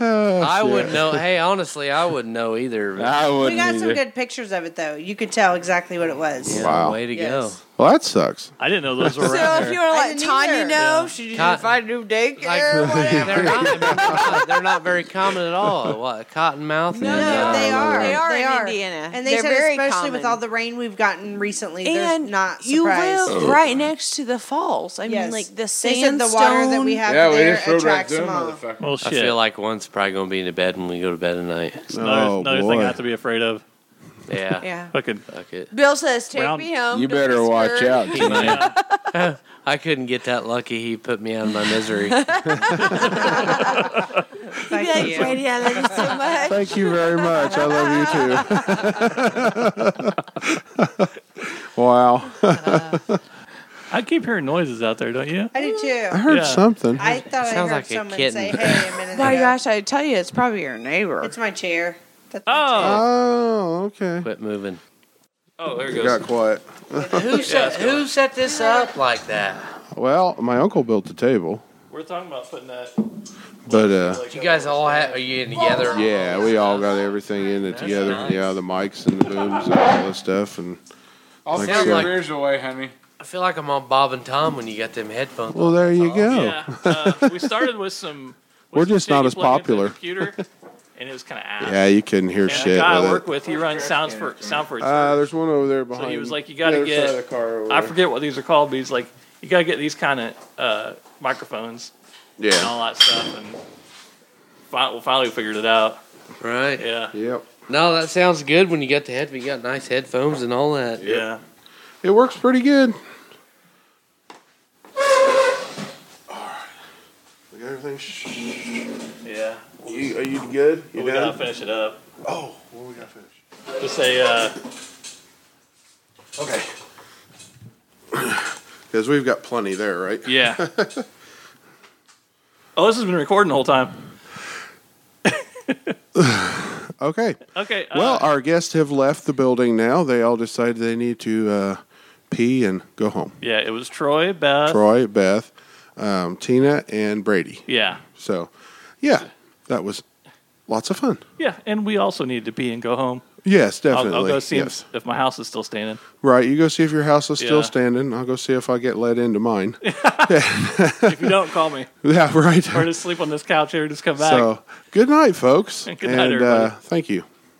J: I wouldn't know. Hey, honestly, I wouldn't know either.
H: Oh, I
K: We
H: wouldn't
K: got some
H: either.
K: good pictures of it though. You could tell exactly what it was.
J: Yeah,
B: Wow.
J: Way to
K: Yes.
B: Well, that sucks.
A: I didn't know those were
L: So
A: around
L: if
A: there.
L: you were
K: I
L: like
K: didn't
L: Tanya,
K: either.
L: no, she did
J: Cotton-
L: find a new daycare.
J: Like-
L: or whatever.
J: They're not, I mean, they're not- they're not very common at all. What a cotton mouth?
L: No,
J: and,
L: no,
J: uh,
K: They are.
L: They are
K: They
L: in
K: are.
L: Indiana.
K: And they
L: They're
K: said
L: very
K: especially
L: common.
K: with all the rain we've gotten recently,
L: and
K: they're not surprised.
L: you live right next to the falls. I mean,
K: Yes.
L: like the
K: They said
L: sandstone.
K: the water that we have
H: Yeah, we
K: there
H: just rode right
K: attracts
H: through
K: them
H: them,
K: all.
H: motherfucker.
A: Well,
J: I
A: shit.
J: feel like one's probably going to be in the bed when we go to bed tonight.
A: another
B: Oh,
A: another thing
B: boy.
A: I have to be afraid of.
J: Yeah.
L: Yeah.
A: Fucking
J: Fuck it.
L: Bill says, "Take
A: Round-
L: me home."
H: You
L: Don't
H: better
L: be
H: watch
L: scared."
H: out tonight.
J: I couldn't get that lucky. He put me out of my misery.
L: He'd be
K: Thank
L: like,
K: you.
L: "Brady, I love you so much."
B: Thank you very much. I love you too. wow.
A: I keep hearing noises out there, don't you?
K: I do too.
B: I heard
A: Yeah.
B: something.
K: I thought I heard
J: Sounds like a
K: someone
J: kitten.
K: say, "Hey, a minute
L: My
K: ago."
L: gosh, I tell you, it's probably your neighbor.
K: It's my chair. That's
A: Oh,
B: Oh, okay.
J: Quit moving.
A: oh, there it
B: Got quiet.
J: Who set Who set this up like that?
B: Well, my uncle built the table,
A: We're talking about putting that.
B: but uh,
J: You guys all have, are you in together?
B: yeah, we all got everything in it together. Yeah, the mics and the booms and all that stuff. And
H: I'll
B: Like
H: throw
B: so.
H: your ears away, honey.
J: I feel like I'm on Bob and Tom when you got them headphones.
B: well, there you go.
A: Oh, Yeah, uh, we started with some. with
B: We're
A: some
B: just not
A: shit you
B: as
A: plug into the
B: popular.
A: Computer, and it was kind of ass.
B: Yeah, you couldn't hear
A: and
B: shit
A: the guy I
B: with
A: work
B: it.
A: with, he runs sounds for sound for.
B: Uh, there's one over there behind.
A: so he was like, "You
B: the
A: got to
B: other side
A: get."
B: of the car over
A: I
B: there.
A: forget what these are called, but he's like, "You got to get these kind of uh, microphones and
B: Yeah.
A: all that stuff." And fi- we finally figured it out.
J: Right.
A: Yeah,
B: Yep.
J: No, that sounds good when you got the head. You got nice headphones and all that.
A: yeah.
B: It works pretty good. We got everything.
A: Yeah,
B: You, are you good?
A: but we gotta finish it up.
B: Oh, what we got finished?
A: Just say, uh,
B: Okay. Because we've got plenty there, right?
A: yeah. oh, this has been recording the whole time.
B: Okay.
A: Okay. Uh,
B: Well, our guests have left the building now. They all decided they need to uh, pee and go home.
A: yeah, it was Troy, Beth.
B: Troy, Beth, um, Tina, and Brady.
A: Yeah,
B: So, yeah, that was lots of fun.
A: yeah, and we also need to pee and go home.
B: Yes,
A: I'll,
B: definitely.
A: I'll go see
B: yes.
A: if, if my house is still standing.
B: Right. You go see if your house is still
A: Yeah.
B: standing. I'll go see if I get let into mine.
A: if you don't, call me.
B: yeah, right.
A: Or just sleep on this couch here. Just come back.
B: So, good night, folks.
A: Good night,
B: and uh,
A: everybody.
B: thank you.